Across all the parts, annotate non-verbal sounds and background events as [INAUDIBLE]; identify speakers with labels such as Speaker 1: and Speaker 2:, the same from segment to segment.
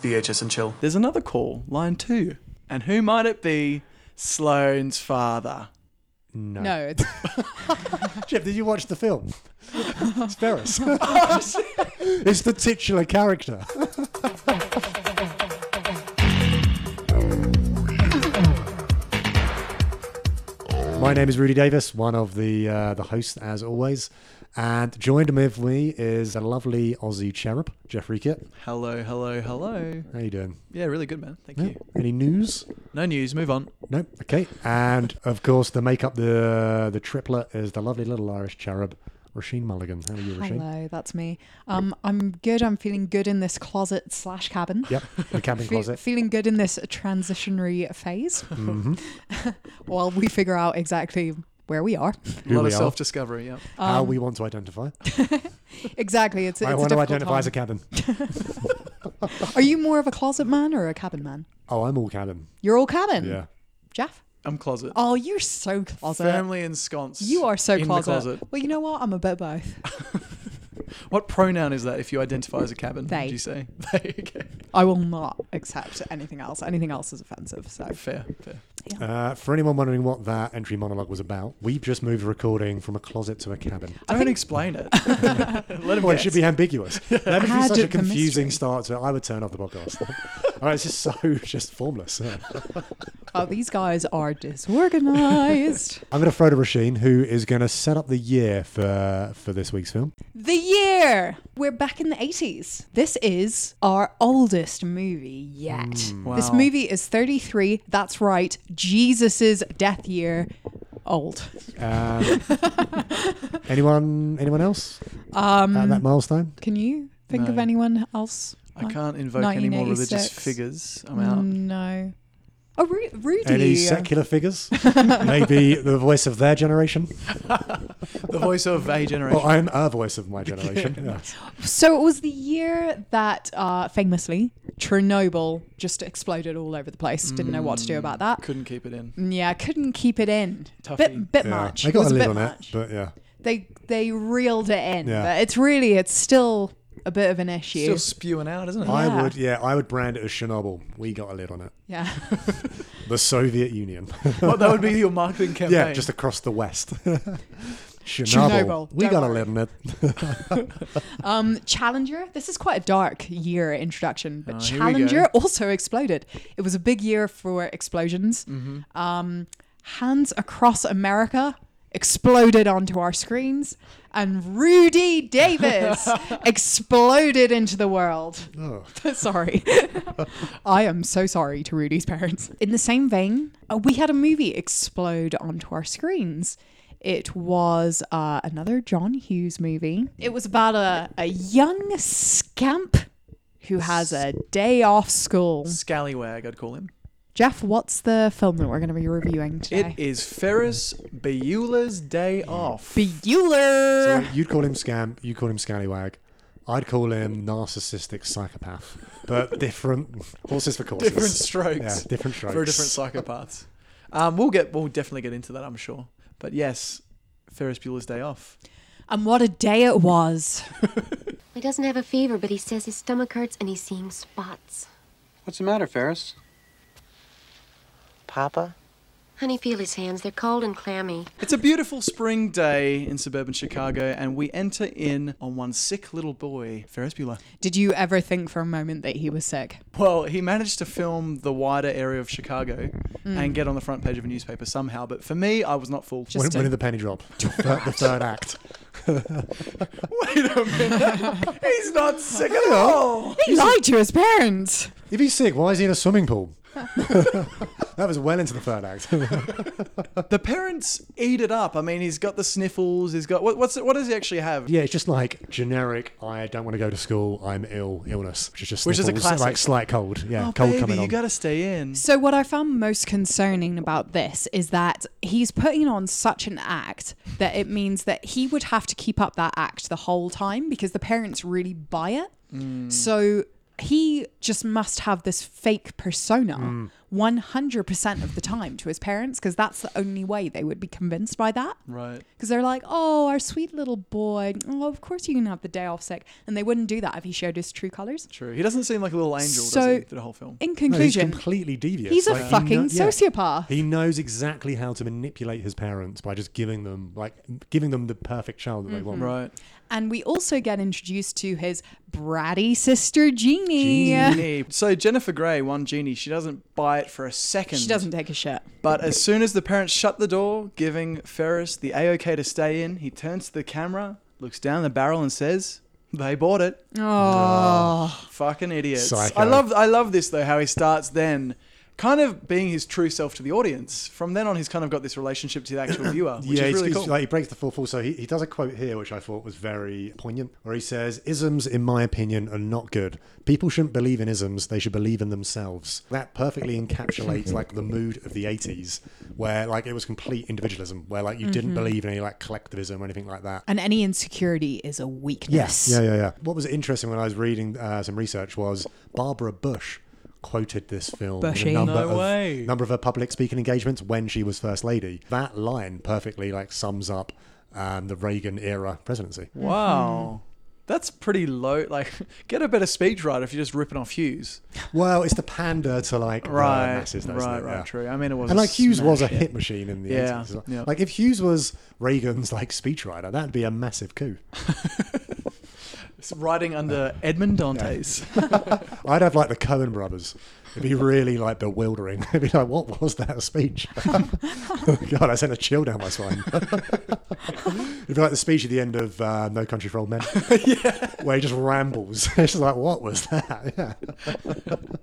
Speaker 1: VHS and chill.
Speaker 2: There's another call, line two. And who might it be? Sloane's father.
Speaker 1: No.
Speaker 3: No, [LAUGHS] it's
Speaker 4: Jeff, did you watch the
Speaker 3: [LAUGHS]
Speaker 4: film? It's Ferris. it's the titular character. My name is Rudy Davis, one of the uh, the hosts as always, and joined with me is a lovely Aussie cherub, Jeff Reekit.
Speaker 2: Hello, hello, hello.
Speaker 4: How you doing?
Speaker 2: Yeah, really good, man. Thank you.
Speaker 4: Any news?
Speaker 2: No news, move on.
Speaker 4: Nope. Okay. And of course, the make up the the triplet is the lovely little Irish cherub, Rasheen Mulligan. How are you, Rasheen?
Speaker 3: hello, that's me. Um, I'm good. I'm feeling good in this closet slash cabin.
Speaker 4: Yep. The camping
Speaker 3: Fe- [LAUGHS]
Speaker 4: closet.
Speaker 3: feeling good in this transitionary phase Um,
Speaker 4: Mhm.
Speaker 3: while we figure out exactly where we are. Um,
Speaker 4: Who
Speaker 2: a lot
Speaker 4: we
Speaker 2: of
Speaker 4: are,
Speaker 2: self discovery, yeah.
Speaker 4: how we want to
Speaker 3: [LAUGHS]
Speaker 4: identify.
Speaker 3: Exactly. It's, it's
Speaker 4: I
Speaker 3: a
Speaker 4: want to
Speaker 3: difficult
Speaker 4: identify as a
Speaker 3: time.
Speaker 4: cabin.
Speaker 3: Are you more of a closet man or a cabin man?
Speaker 4: Oh, I'm all cabin.
Speaker 3: You're all cabin.
Speaker 4: Yeah.
Speaker 3: Jeff?
Speaker 2: I'm closet.
Speaker 3: Oh, you're so closet.
Speaker 2: Firmly ensconced.
Speaker 3: You are so
Speaker 2: in the
Speaker 3: closet.
Speaker 2: closet.
Speaker 3: Well, you know what? I'm a bit both.
Speaker 2: What pronoun is that if you identify as a cabin?
Speaker 3: They.
Speaker 2: Do you say? [LAUGHS] They, okay.
Speaker 3: I will not accept anything else. Anything else is offensive. So
Speaker 2: Fair, fair.
Speaker 4: Uh, for anyone wondering what that entry monologue was about, we've just moved a recording from a closet to a cabin.
Speaker 2: Don't explain
Speaker 3: [LAUGHS]
Speaker 2: it. Let him
Speaker 4: Well, it
Speaker 2: guess.
Speaker 4: should be ambiguous. That would be
Speaker 3: Add
Speaker 4: such a
Speaker 3: the
Speaker 4: confusing
Speaker 3: mystery.
Speaker 4: start to it. I would turn off the podcast. [LAUGHS] All right, it's just so [LAUGHS] just formless. Yeah.
Speaker 3: oh, these guys are disorganized.
Speaker 4: I'm going to throw to Rasheen, who is going to set up the year for for this week's film.
Speaker 3: the year! We're back in the 80s. This is our oldest movie yet. This
Speaker 2: Mm, Wow.
Speaker 3: movie is 33. That's right. Jesus's death year. Old. [LAUGHS]
Speaker 4: Um, anyone? Anyone else
Speaker 3: Um,
Speaker 4: at that milestone?
Speaker 3: can you think of
Speaker 2: No.
Speaker 3: anyone else?
Speaker 2: I can't invoke any more religious
Speaker 3: 1986.
Speaker 2: figures. I'm out.
Speaker 3: Mm. No. Oh, Ru- Rudy.
Speaker 4: Any secular figures? Maybe the voice of their generation.
Speaker 2: The voice of a generation.
Speaker 4: [LAUGHS] Well, I'm a voice of my generation.
Speaker 2: [LAUGHS]
Speaker 4: yeah.
Speaker 3: So it was the year that, uh, famously, Chernobyl just exploded all over the place. Didn't know what to
Speaker 2: Mm.
Speaker 3: do about
Speaker 4: Oh,
Speaker 3: that.
Speaker 2: Couldn't keep it in.
Speaker 3: Yeah, couldn't keep it in. Bit,
Speaker 2: Toughie.
Speaker 3: bit
Speaker 4: Yeah.
Speaker 3: much.
Speaker 4: They
Speaker 3: It
Speaker 4: got
Speaker 3: was
Speaker 4: a lid
Speaker 3: bit
Speaker 4: on
Speaker 3: much.
Speaker 4: it, but yeah.
Speaker 3: They they reeled it in.
Speaker 4: Yeah.
Speaker 3: But it's really it's still a bit of an issue.
Speaker 2: Still spewing out, isn't it?
Speaker 4: I
Speaker 3: Yeah.
Speaker 4: would, yeah, I would brand it as Chernobyl. We got a lid on it.
Speaker 3: yeah.
Speaker 4: The Soviet Union. [LAUGHS]
Speaker 2: Well, that would be your marketing campaign.
Speaker 4: yeah, just across the West. [LAUGHS] Chernobyl.
Speaker 3: Chernobyl,
Speaker 4: We
Speaker 3: don't
Speaker 4: got
Speaker 3: worry.
Speaker 4: a lid on it.
Speaker 3: Um, Challenger. This is quite a dark year introduction, but
Speaker 2: Oh, here we go.
Speaker 3: Challenger also exploded. It was a big year for explosions.
Speaker 2: Mm-hmm.
Speaker 3: Um, Hands Across America exploded onto our screens, and Rudy
Speaker 2: [LAUGHS]
Speaker 3: Davis exploded into the world.
Speaker 4: Oh.
Speaker 3: [LAUGHS] sorry. I am so sorry to Rudy's parents. In the same vein, uh, we had a movie explode onto our screens. It was uh, another John Hughes movie. It was about a, a young scamp who has a day off school.
Speaker 2: Scallywag, I'd call him.
Speaker 3: Jeff, what's the film that we're going to be reviewing today?
Speaker 2: It is Ferris Bueller's Day Off.
Speaker 4: So
Speaker 3: Bueller.
Speaker 4: you'd call him scam. You call him scallywag. I'd call him narcissistic psychopath, but different horses for
Speaker 2: [LAUGHS]
Speaker 4: courses.
Speaker 2: different strokes
Speaker 4: Yeah, different strokes.
Speaker 2: for different psychopaths. Um, we'll get, we'll definitely get into that, I'm sure. But yes, Ferris Bueller's Day Off.
Speaker 3: And what a day it was.
Speaker 5: He doesn't have a fever, but he says his stomach hurts and he's seeing spots.
Speaker 6: What's the matter, Ferris? Papa?
Speaker 5: Honey, feel his hands. They're cold and clammy.
Speaker 2: It's a beautiful spring day in suburban Chicago, and we enter in on one sick little boy, Ferris Bueller.
Speaker 3: Did you ever think for a moment that he was sick?
Speaker 2: Well, he managed to film the wider area of Chicago and get on the front page of a newspaper somehow. But for me, I was not fooled.
Speaker 4: When,
Speaker 3: Just
Speaker 4: when
Speaker 3: a-
Speaker 4: did the penny
Speaker 3: [LAUGHS]
Speaker 4: drop? The third, the third act.
Speaker 2: Wait a [LAUGHS] minute. He's not sick at all.
Speaker 3: He lied to his parents.
Speaker 4: If he's sick, why is he in a
Speaker 2: [LAUGHS]
Speaker 4: swimming pool? that was well into the third act.
Speaker 2: The parents eat it up. I mean, he's got the sniffles. He's got what, what's it, what does he actually have?
Speaker 4: [LAUGHS] yeah, it's just like generic. I don't want to go to school. I'm ill. Illness, which is just
Speaker 2: Which is a
Speaker 4: sniffles,
Speaker 2: classic.
Speaker 4: like slight cold. Yeah,
Speaker 2: Oh,
Speaker 4: cold
Speaker 2: baby,
Speaker 4: coming
Speaker 2: you
Speaker 4: on.
Speaker 2: gotta stay in.
Speaker 3: So, what I found most concerning about this is that he's putting on such an act that it means that he would have to keep up that act the whole time because the parents really
Speaker 2: Mm.
Speaker 4: Mm.
Speaker 3: buy it. So, he just must have this fake persona 100% of the time to his parents because that's the only way they would be convinced by that.
Speaker 2: Right.
Speaker 3: Because they're like, oh, our sweet little boy. Oh, of course you can have the day off sick. And they wouldn't do that if he showed his true colors.
Speaker 2: True. He doesn't seem like a little angel, does
Speaker 3: So-
Speaker 2: he? Through the whole film.
Speaker 3: In
Speaker 4: No, he's
Speaker 3: conclusion,
Speaker 4: completely devious.
Speaker 3: He's a
Speaker 4: he
Speaker 3: fucking
Speaker 4: kno- yeah.
Speaker 3: sociopath.
Speaker 4: He knows exactly how to manipulate his parents by just giving them like giving them the perfect child that they want.
Speaker 2: Right.
Speaker 3: and we also get introduced to his bratty sister, Jeannie.
Speaker 2: Genie. So Jennifer Grey, one genie, she doesn't buy it for a second.
Speaker 3: She doesn't take a shit.
Speaker 2: But as soon as the parents shut the door, giving Ferris the A OK to stay in, he turns to the camera, looks down the barrel, and says, They bought it.
Speaker 3: Oh,
Speaker 2: Fucking idiots.
Speaker 4: Psycho.
Speaker 2: I love I love this though, how he starts then kind of being his true self to the audience. From then on he's kind of got this relationship to the
Speaker 4: [COUGHS]
Speaker 2: actual viewer, which
Speaker 4: yeah,
Speaker 2: is
Speaker 4: it's-
Speaker 2: really
Speaker 4: it's
Speaker 2: cool.
Speaker 4: like he breaks the fourth wall. So he, he does a quote here, which I thought was very poignant, where he says, "Isms, in my opinion, are not good. People shouldn't believe in isms; they should believe in themselves." That perfectly encapsulates like the mood of the '80s, where like it was complete individualism, where like you
Speaker 2: Mm-hmm.
Speaker 4: didn't believe in any like collectivism or anything like that.
Speaker 3: and any insecurity is a weakness.
Speaker 4: Yes. Yeah, yeah, yeah. What was interesting when I was reading uh, some research was Barbara Bush quoted this film in
Speaker 3: Bushy.
Speaker 4: a number,
Speaker 2: No
Speaker 4: of,
Speaker 2: way.
Speaker 4: number of her public speaking engagements when she was first lady. That line perfectly like sums up um, the Reagan era presidency.
Speaker 2: Wow.
Speaker 4: Hmm.
Speaker 2: That's pretty low. Like, [LAUGHS] get a better speechwriter if you're just ripping off
Speaker 4: [LAUGHS]
Speaker 2: Hughes.
Speaker 4: Well, it's the pander to like the
Speaker 2: Right,
Speaker 4: masses, though, isn't
Speaker 2: right,
Speaker 4: it?
Speaker 2: right.
Speaker 4: Yeah.
Speaker 2: True. I mean, it was.
Speaker 4: And
Speaker 2: a
Speaker 4: like Hughes was a
Speaker 2: smash
Speaker 4: hit machine in the
Speaker 2: Yeah,
Speaker 4: 80s. as well.
Speaker 2: yeah.
Speaker 4: Like if Hughes was Reagan's like speechwriter, that'd be a massive coup.
Speaker 2: It's writing under Edmond
Speaker 4: [LAUGHS]
Speaker 2: Dantes.
Speaker 4: I'd have like the Cohen brothers. It'd be really like bewildering. [LAUGHS] It'd be like, what was that speech? [LAUGHS] God, I sent a chill down my spine. [LAUGHS] It'd be like the speech at the end of uh, No Country for Old
Speaker 2: [LAUGHS]
Speaker 4: Men, where he just rambles. [LAUGHS] it's just like, what was that? [LAUGHS] Yeah.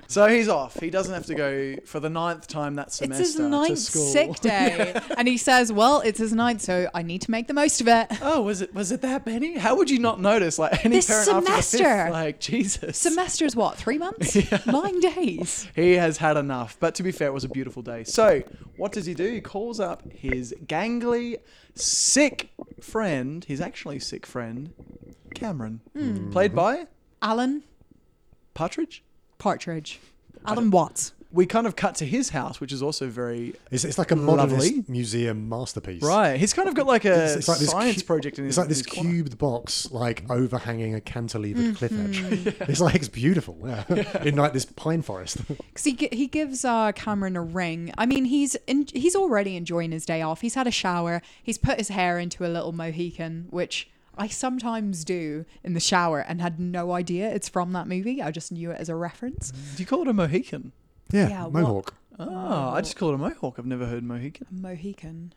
Speaker 2: so he's off. He doesn't have to go for the ninth time that
Speaker 3: It's
Speaker 2: semester
Speaker 3: his
Speaker 2: to
Speaker 3: ninth
Speaker 2: school. [LAUGHS]
Speaker 3: sick day. And he says, Well, it's his ninth, so I need to make the most of it.
Speaker 2: Oh, was it was it that Benny? How would you not notice? Like any
Speaker 3: This
Speaker 2: parent after the
Speaker 3: semester.
Speaker 2: fifth, like Jesus.
Speaker 3: Semester's what, three months? Nine days.
Speaker 2: He has had enough. But to be fair, it was a beautiful day. So, what does he do? He calls up his gangly, sick friend, his actually sick friend, Cameron, played by
Speaker 3: Mm-hmm. Alan
Speaker 2: Partridge.
Speaker 3: Partridge. Alan Watts.
Speaker 2: We kind of cut to his house, which is also very
Speaker 4: It's, it's like a modernist
Speaker 2: Lovely.
Speaker 4: museum masterpiece.
Speaker 2: right. He's kind of got like a
Speaker 4: It's, it's like this
Speaker 2: science
Speaker 4: cu-
Speaker 2: project in his.
Speaker 4: It's like
Speaker 2: in
Speaker 4: this
Speaker 2: his corner.
Speaker 4: cubed box, like overhanging a cantilever cliff edge.
Speaker 2: Mm-hmm. [LAUGHS]
Speaker 4: It's like it's beautiful. Yeah. in like this pine forest. [LAUGHS]
Speaker 3: Because he, gi- he gives uh, Cameron a ring. I mean, he's in, he's already enjoying his day off. He's had a shower. He's put his hair into a little Mohican, which I sometimes do in the shower and had no idea it's from that movie. I just knew it as a reference.
Speaker 2: Do you call it a Mohican?
Speaker 4: yeah,
Speaker 3: Yeah, what-
Speaker 4: Mohawk.
Speaker 2: Oh, I just call it a Mohawk. I've never heard Mohican.
Speaker 3: Mohican.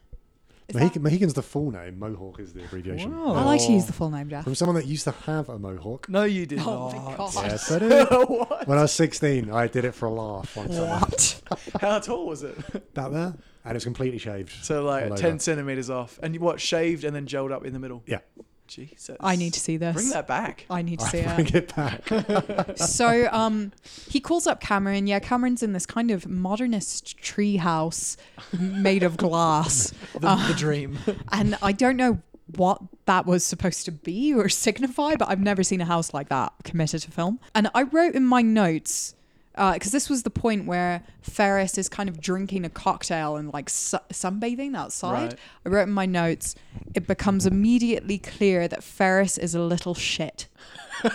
Speaker 3: Is
Speaker 4: Mohican, Mohican's the full name. Mohawk is the abbreviation.
Speaker 2: Wow.
Speaker 3: that- I like to use the full name, Jeff.
Speaker 4: From someone that used to have a mohawk.
Speaker 2: No, you did
Speaker 3: Oh
Speaker 2: not.
Speaker 3: my god.
Speaker 4: Yes,
Speaker 3: [LAUGHS]
Speaker 4: I did.
Speaker 2: what?
Speaker 4: When I was 16, I did it for a laugh one time.
Speaker 3: What?
Speaker 2: How tall was it?
Speaker 4: That there, and it was completely shaved.
Speaker 2: So like
Speaker 4: all over.
Speaker 2: ten centimeters off, and you what shaved and then gelled up in the middle.
Speaker 4: Yeah,
Speaker 2: Jesus,
Speaker 3: I need to see this.
Speaker 2: bring that back.
Speaker 3: [LAUGHS] I need to see
Speaker 4: I
Speaker 3: it.
Speaker 4: [LAUGHS] bring it back.
Speaker 3: so um he calls up Cameron. Yeah, Cameron's in this kind of modernist tree house made
Speaker 4: [LAUGHS]
Speaker 3: of glass.
Speaker 2: The, the dream.
Speaker 3: And I don't know what that was supposed to be or [LAUGHS] signify, but I've never seen a house like that committed to film. And I wrote in my notes because this was the point where Ferris is kind of drinking a cocktail and like su- sunbathing outside.
Speaker 2: Right.
Speaker 3: I wrote in my notes, it becomes immediately clear that Ferris is a little shit.
Speaker 2: [LAUGHS]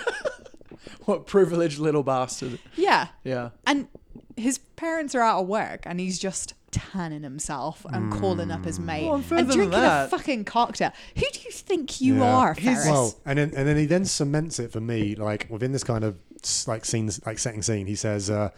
Speaker 2: what privileged little bastard.
Speaker 3: Yeah.
Speaker 2: Yeah.
Speaker 3: And his parents are out of work and he's just tanning himself and calling up his mate
Speaker 2: Well, and further
Speaker 3: and
Speaker 2: than
Speaker 3: drinking a
Speaker 2: that-
Speaker 3: fucking cocktail. Who do you think [LAUGHS] you
Speaker 4: Yeah.
Speaker 3: are,
Speaker 2: He's-
Speaker 3: Ferris?
Speaker 4: Well, and then and then he then cements it for me, like within this kind of s- like scenes, like setting scene. He says, uh,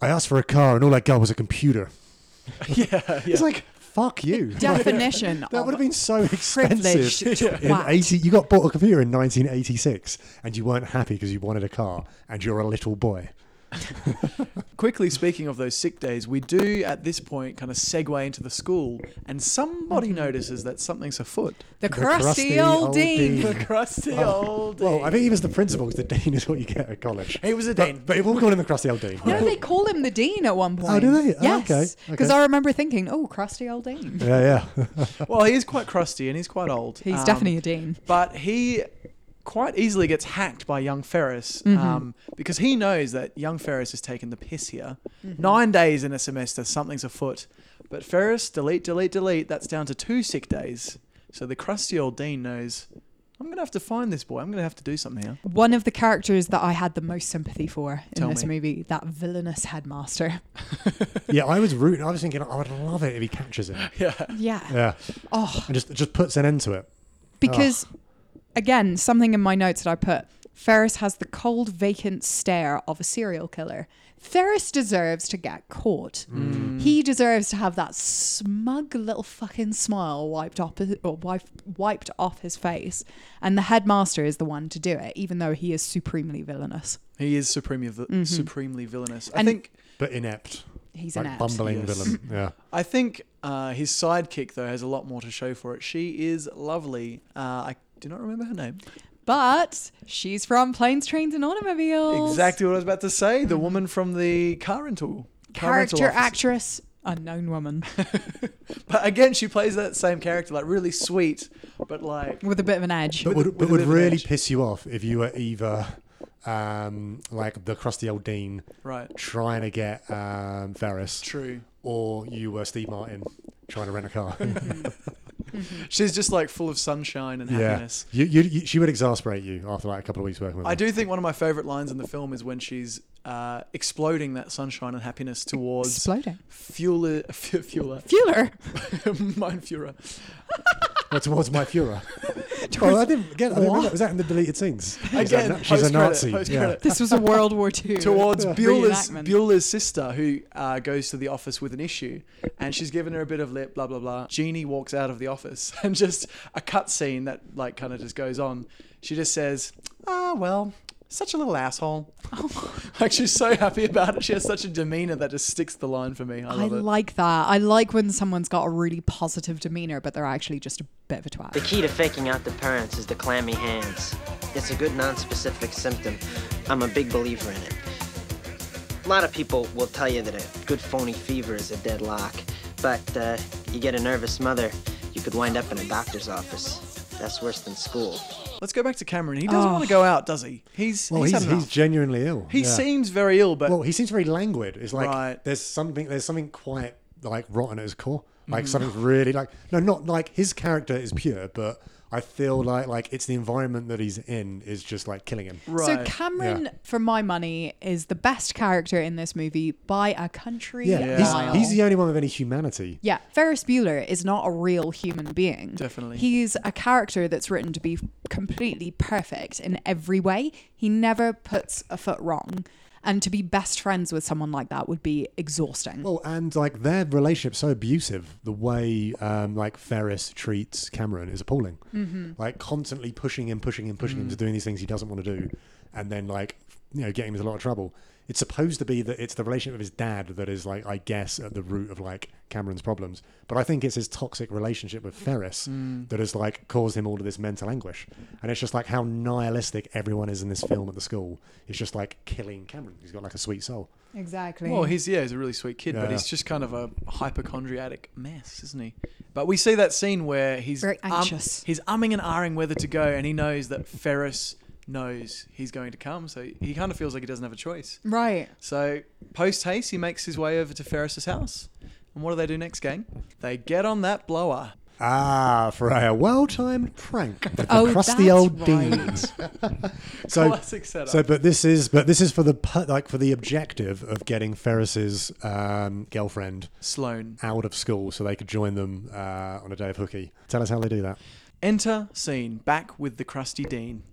Speaker 4: "I asked for a car, and all I got was a computer."
Speaker 2: [LAUGHS] Yeah. yeah.
Speaker 4: It's like fuck you. [LAUGHS]
Speaker 3: definition
Speaker 2: Oh,
Speaker 4: That
Speaker 3: of
Speaker 4: would have been so
Speaker 3: privileged
Speaker 4: expensive. [LAUGHS] In
Speaker 3: twat.
Speaker 4: 80, you got bought a computer in 1986 and you weren't happy because you wanted a car and you're a little boy.
Speaker 2: Quickly speaking of those sick days, we do at this point kind of segue into the school, and somebody notices that something's afoot. Oh.
Speaker 3: the
Speaker 4: crusty
Speaker 3: crusty old
Speaker 4: old
Speaker 3: dean.
Speaker 4: dean.
Speaker 2: crusty old.
Speaker 4: Oh, Well, I think even as the principal, 'cause the dean is what you get at college.
Speaker 2: He was a
Speaker 4: But-
Speaker 2: dean.
Speaker 4: But, we'll call him the crusty old dean.
Speaker 3: No,
Speaker 4: yeah.
Speaker 3: they call him the dean at one point.
Speaker 4: do they? Oh,
Speaker 3: yes.
Speaker 4: okay,
Speaker 3: Because
Speaker 4: okay.
Speaker 3: I remember thinking, oh, crusty old dean.
Speaker 4: yeah, [LAUGHS] yeah.
Speaker 2: well, he is quite crusty and he's quite old.
Speaker 3: He's
Speaker 2: Um,
Speaker 3: definitely a dean.
Speaker 2: But he quite easily gets hacked by young Ferris um, because he knows that young Ferris is taking the piss here. Nine days in a semester, something's afoot. But Ferris, delete, delete, delete, that's down to two sick days. So the crusty old dean knows, I'm going to have to find this boy. I'm going to have to do something here.
Speaker 3: One of the characters that I had the most sympathy for in
Speaker 2: Tell
Speaker 3: this
Speaker 2: me.
Speaker 3: movie, that villainous headmaster.
Speaker 4: Yeah, I was rooting. I was thinking, I would love it if he
Speaker 2: [LAUGHS]
Speaker 4: catches it.
Speaker 3: Yeah.
Speaker 4: Yeah,
Speaker 3: Oh,
Speaker 4: and just just puts an end to it.
Speaker 3: because again, something in my notes that I put Ferris has the cold, vacant stare of a serial killer. Ferris deserves to get caught. He deserves to have that smug little fucking smile wiped off, or wipe, wiped off his face. And the headmaster is the one to do it, even though he is supremely villainous.
Speaker 2: He is supremely, vi- supremely villainous. I
Speaker 3: And-
Speaker 2: think.
Speaker 4: But inept,
Speaker 3: He's an
Speaker 4: like
Speaker 3: ass.
Speaker 4: bumbling
Speaker 2: Yes. [LAUGHS]
Speaker 4: villain. Yeah,
Speaker 2: I think uh, his sidekick, though, has a lot more to show for it. She is lovely. Uh, I do not remember her name.
Speaker 3: But she's from Planes, Trains, and Automobiles.
Speaker 2: Exactly what I was about to say. The woman from the car rental. car rental
Speaker 3: Character
Speaker 2: office.
Speaker 3: actress, unknown woman [LAUGHS]
Speaker 2: But again, she plays that same character, like really sweet, but like
Speaker 3: with a bit of an edge.
Speaker 4: but
Speaker 2: with
Speaker 4: would,
Speaker 2: a
Speaker 4: but
Speaker 2: bit
Speaker 4: would
Speaker 2: of an
Speaker 4: really
Speaker 2: edge.
Speaker 4: piss you off if you were either um, like the crusty old dean
Speaker 2: right,
Speaker 4: trying to get um, Ferris,
Speaker 2: true.
Speaker 4: or you were Steve Martin trying to rent a car.
Speaker 2: She's just like full of sunshine and
Speaker 4: yeah,
Speaker 2: [LAUGHS] happiness.
Speaker 4: you, you, you, she would exasperate you after like a couple of weeks working with her.
Speaker 2: I do think one of my favorite lines in the film is when she's uh, exploding that sunshine and happiness towards
Speaker 3: Exploding.
Speaker 2: Fueler, [LAUGHS] F- Fueler,
Speaker 3: Fueler.
Speaker 2: Mind Fuhrer.
Speaker 4: Well, towards
Speaker 2: [LAUGHS]
Speaker 4: my Fuhrer. [LAUGHS] well, I didn't get. I didn't know that. Was that in the deleted scenes? She's a,
Speaker 2: Again,
Speaker 4: na- she's a
Speaker 2: post-credit,
Speaker 4: Nazi. Yeah.
Speaker 2: post-credit.
Speaker 3: This was a World War II.
Speaker 2: [LAUGHS] towards
Speaker 3: [LAUGHS]
Speaker 2: Bueller's,
Speaker 3: reenactment.
Speaker 2: Bueller's sister, who uh, goes to the office with an issue, and she's given her a bit of lip, blah blah blah. Jeannie walks out of the office, [LAUGHS] and just a cutscene that like kind of just goes on. She just says, "Ah, well." Such a little
Speaker 3: [LAUGHS]
Speaker 2: asshole. like she's so happy about it. She has such a demeanor that just sticks the line for me. I
Speaker 3: I
Speaker 2: love it.
Speaker 3: like that. I like when someone's got a really positive demeanor, but they're actually just a bit of a
Speaker 1: The
Speaker 3: twat.
Speaker 1: key to faking out the parents is the clammy hands. It's a good non-specific symptom. I'm a big believer in it. A lot of people will tell you that a good phony fever is a deadlock, but uh, you get a nervous mother, you could wind up in a doctor's office. That's worse than school.
Speaker 2: Let's go back to Cameron. He
Speaker 3: Oh.
Speaker 2: doesn't want to go out, does he? He's
Speaker 4: Well,
Speaker 2: he's,
Speaker 4: he's,
Speaker 2: had
Speaker 4: he's
Speaker 2: enough.
Speaker 4: genuinely ill.
Speaker 2: he
Speaker 4: yeah.
Speaker 2: seems very ill, but
Speaker 4: Well, he seems very languid. It's like
Speaker 2: Right.
Speaker 4: there's something there's something quite like rotten at his core. Like
Speaker 2: Mm.
Speaker 4: something's really like no, not like his character is pure, but I feel like like it's the environment that he's in is just like killing him.
Speaker 3: So
Speaker 2: right.
Speaker 3: Cameron,
Speaker 4: Yeah.
Speaker 3: for my money, is the best character in this movie by a country
Speaker 4: Yeah,
Speaker 3: mile.
Speaker 4: He's, he's the only one with any humanity.
Speaker 3: Yeah, Ferris Bueller is not a real human being.
Speaker 2: Definitely.
Speaker 3: He's a character that's written to be completely perfect in every way. He never puts a foot wrong. And to be best friends with someone like that would be exhausting.
Speaker 4: Well, and like their relationship's so abusive. The way um, like Ferris treats Cameron is appalling. Mm-hmm. Like constantly pushing him, pushing him, pushing him to doing these things he doesn't want to do, and then like you know getting him into a lot of trouble. It's supposed to be that it's the relationship of his dad that is like I guess at the root of like Cameron's problems, but I think it's his toxic relationship with Ferris that has like caused him all of this mental anguish. And it's just like how nihilistic everyone is in this film at the school. It's just like killing Cameron. He's got like a sweet soul.
Speaker 3: exactly.
Speaker 2: Well, he's yeah, he's a really sweet kid, but
Speaker 4: Yeah.
Speaker 2: he's just kind of a hypochondriac mess, isn't he? But we see that scene where he's
Speaker 3: Very
Speaker 2: um,
Speaker 3: anxious.
Speaker 2: he's umming and ahhing whether to go, and he knows that Ferris knows he's going to come, so he kind of feels like he doesn't have a choice.
Speaker 3: right.
Speaker 2: So post haste, he makes his way over to Ferris's house, and what do they do next, gang? They get on that blower.
Speaker 4: Ah, for a well-timed prank. The
Speaker 3: Oh,
Speaker 4: crusty
Speaker 3: that's
Speaker 4: old
Speaker 3: right. [LAUGHS]
Speaker 4: deans. so,
Speaker 2: Classic setup.
Speaker 4: so, but this is, but this is for the pu- like for the objective of getting Ferris's um, girlfriend
Speaker 2: Sloan.
Speaker 4: out of school so they could join them uh, on a day of hooky. Tell us how they do that.
Speaker 2: Enter scene back with the crusty dean.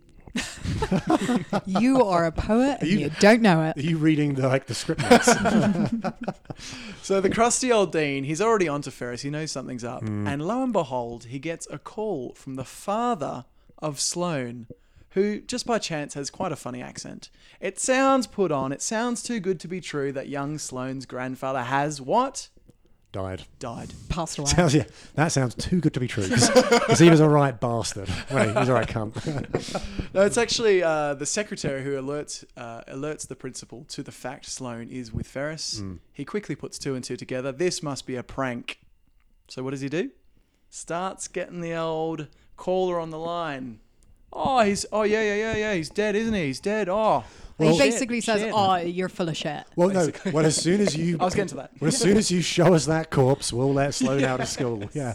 Speaker 3: You are a poet and
Speaker 4: you-
Speaker 3: you, don't know
Speaker 4: Are
Speaker 3: it.
Speaker 4: you reading the like the script [LAUGHS] notes?
Speaker 2: So the crusty old dean, he's already onto Ferris. He knows something's up, and lo and behold, he gets a call from the father of Sloane, who just by chance has quite a funny accent. It sounds put on. It sounds too good to be true that young Sloane's grandfather has what
Speaker 4: Died.
Speaker 2: died.
Speaker 3: Passed away.
Speaker 4: Tells you that sounds too good to be true. Because he was a right bastard. Wait, he was a right cunt. [LAUGHS]
Speaker 2: No, it's actually uh, the secretary who alerts uh, alerts the principal to the fact Sloane is with Ferris.
Speaker 4: Hmm.
Speaker 2: He quickly puts two and two together. This must be a prank. So what does he do? Starts getting the old caller on the line. Oh, he's. Oh, yeah, yeah, yeah, yeah. He's dead, isn't he? He's dead. Oh.
Speaker 4: Well-
Speaker 3: he basically
Speaker 2: Shit,
Speaker 3: says,
Speaker 2: shit.
Speaker 3: "Oh, you're full of shit."
Speaker 4: Well, no. Well, as soon as you,
Speaker 2: [LAUGHS] I was getting to that.
Speaker 4: Well, as soon as you show us that corpse, we'll let Sloan out
Speaker 2: [LAUGHS]
Speaker 4: of school. Yeah,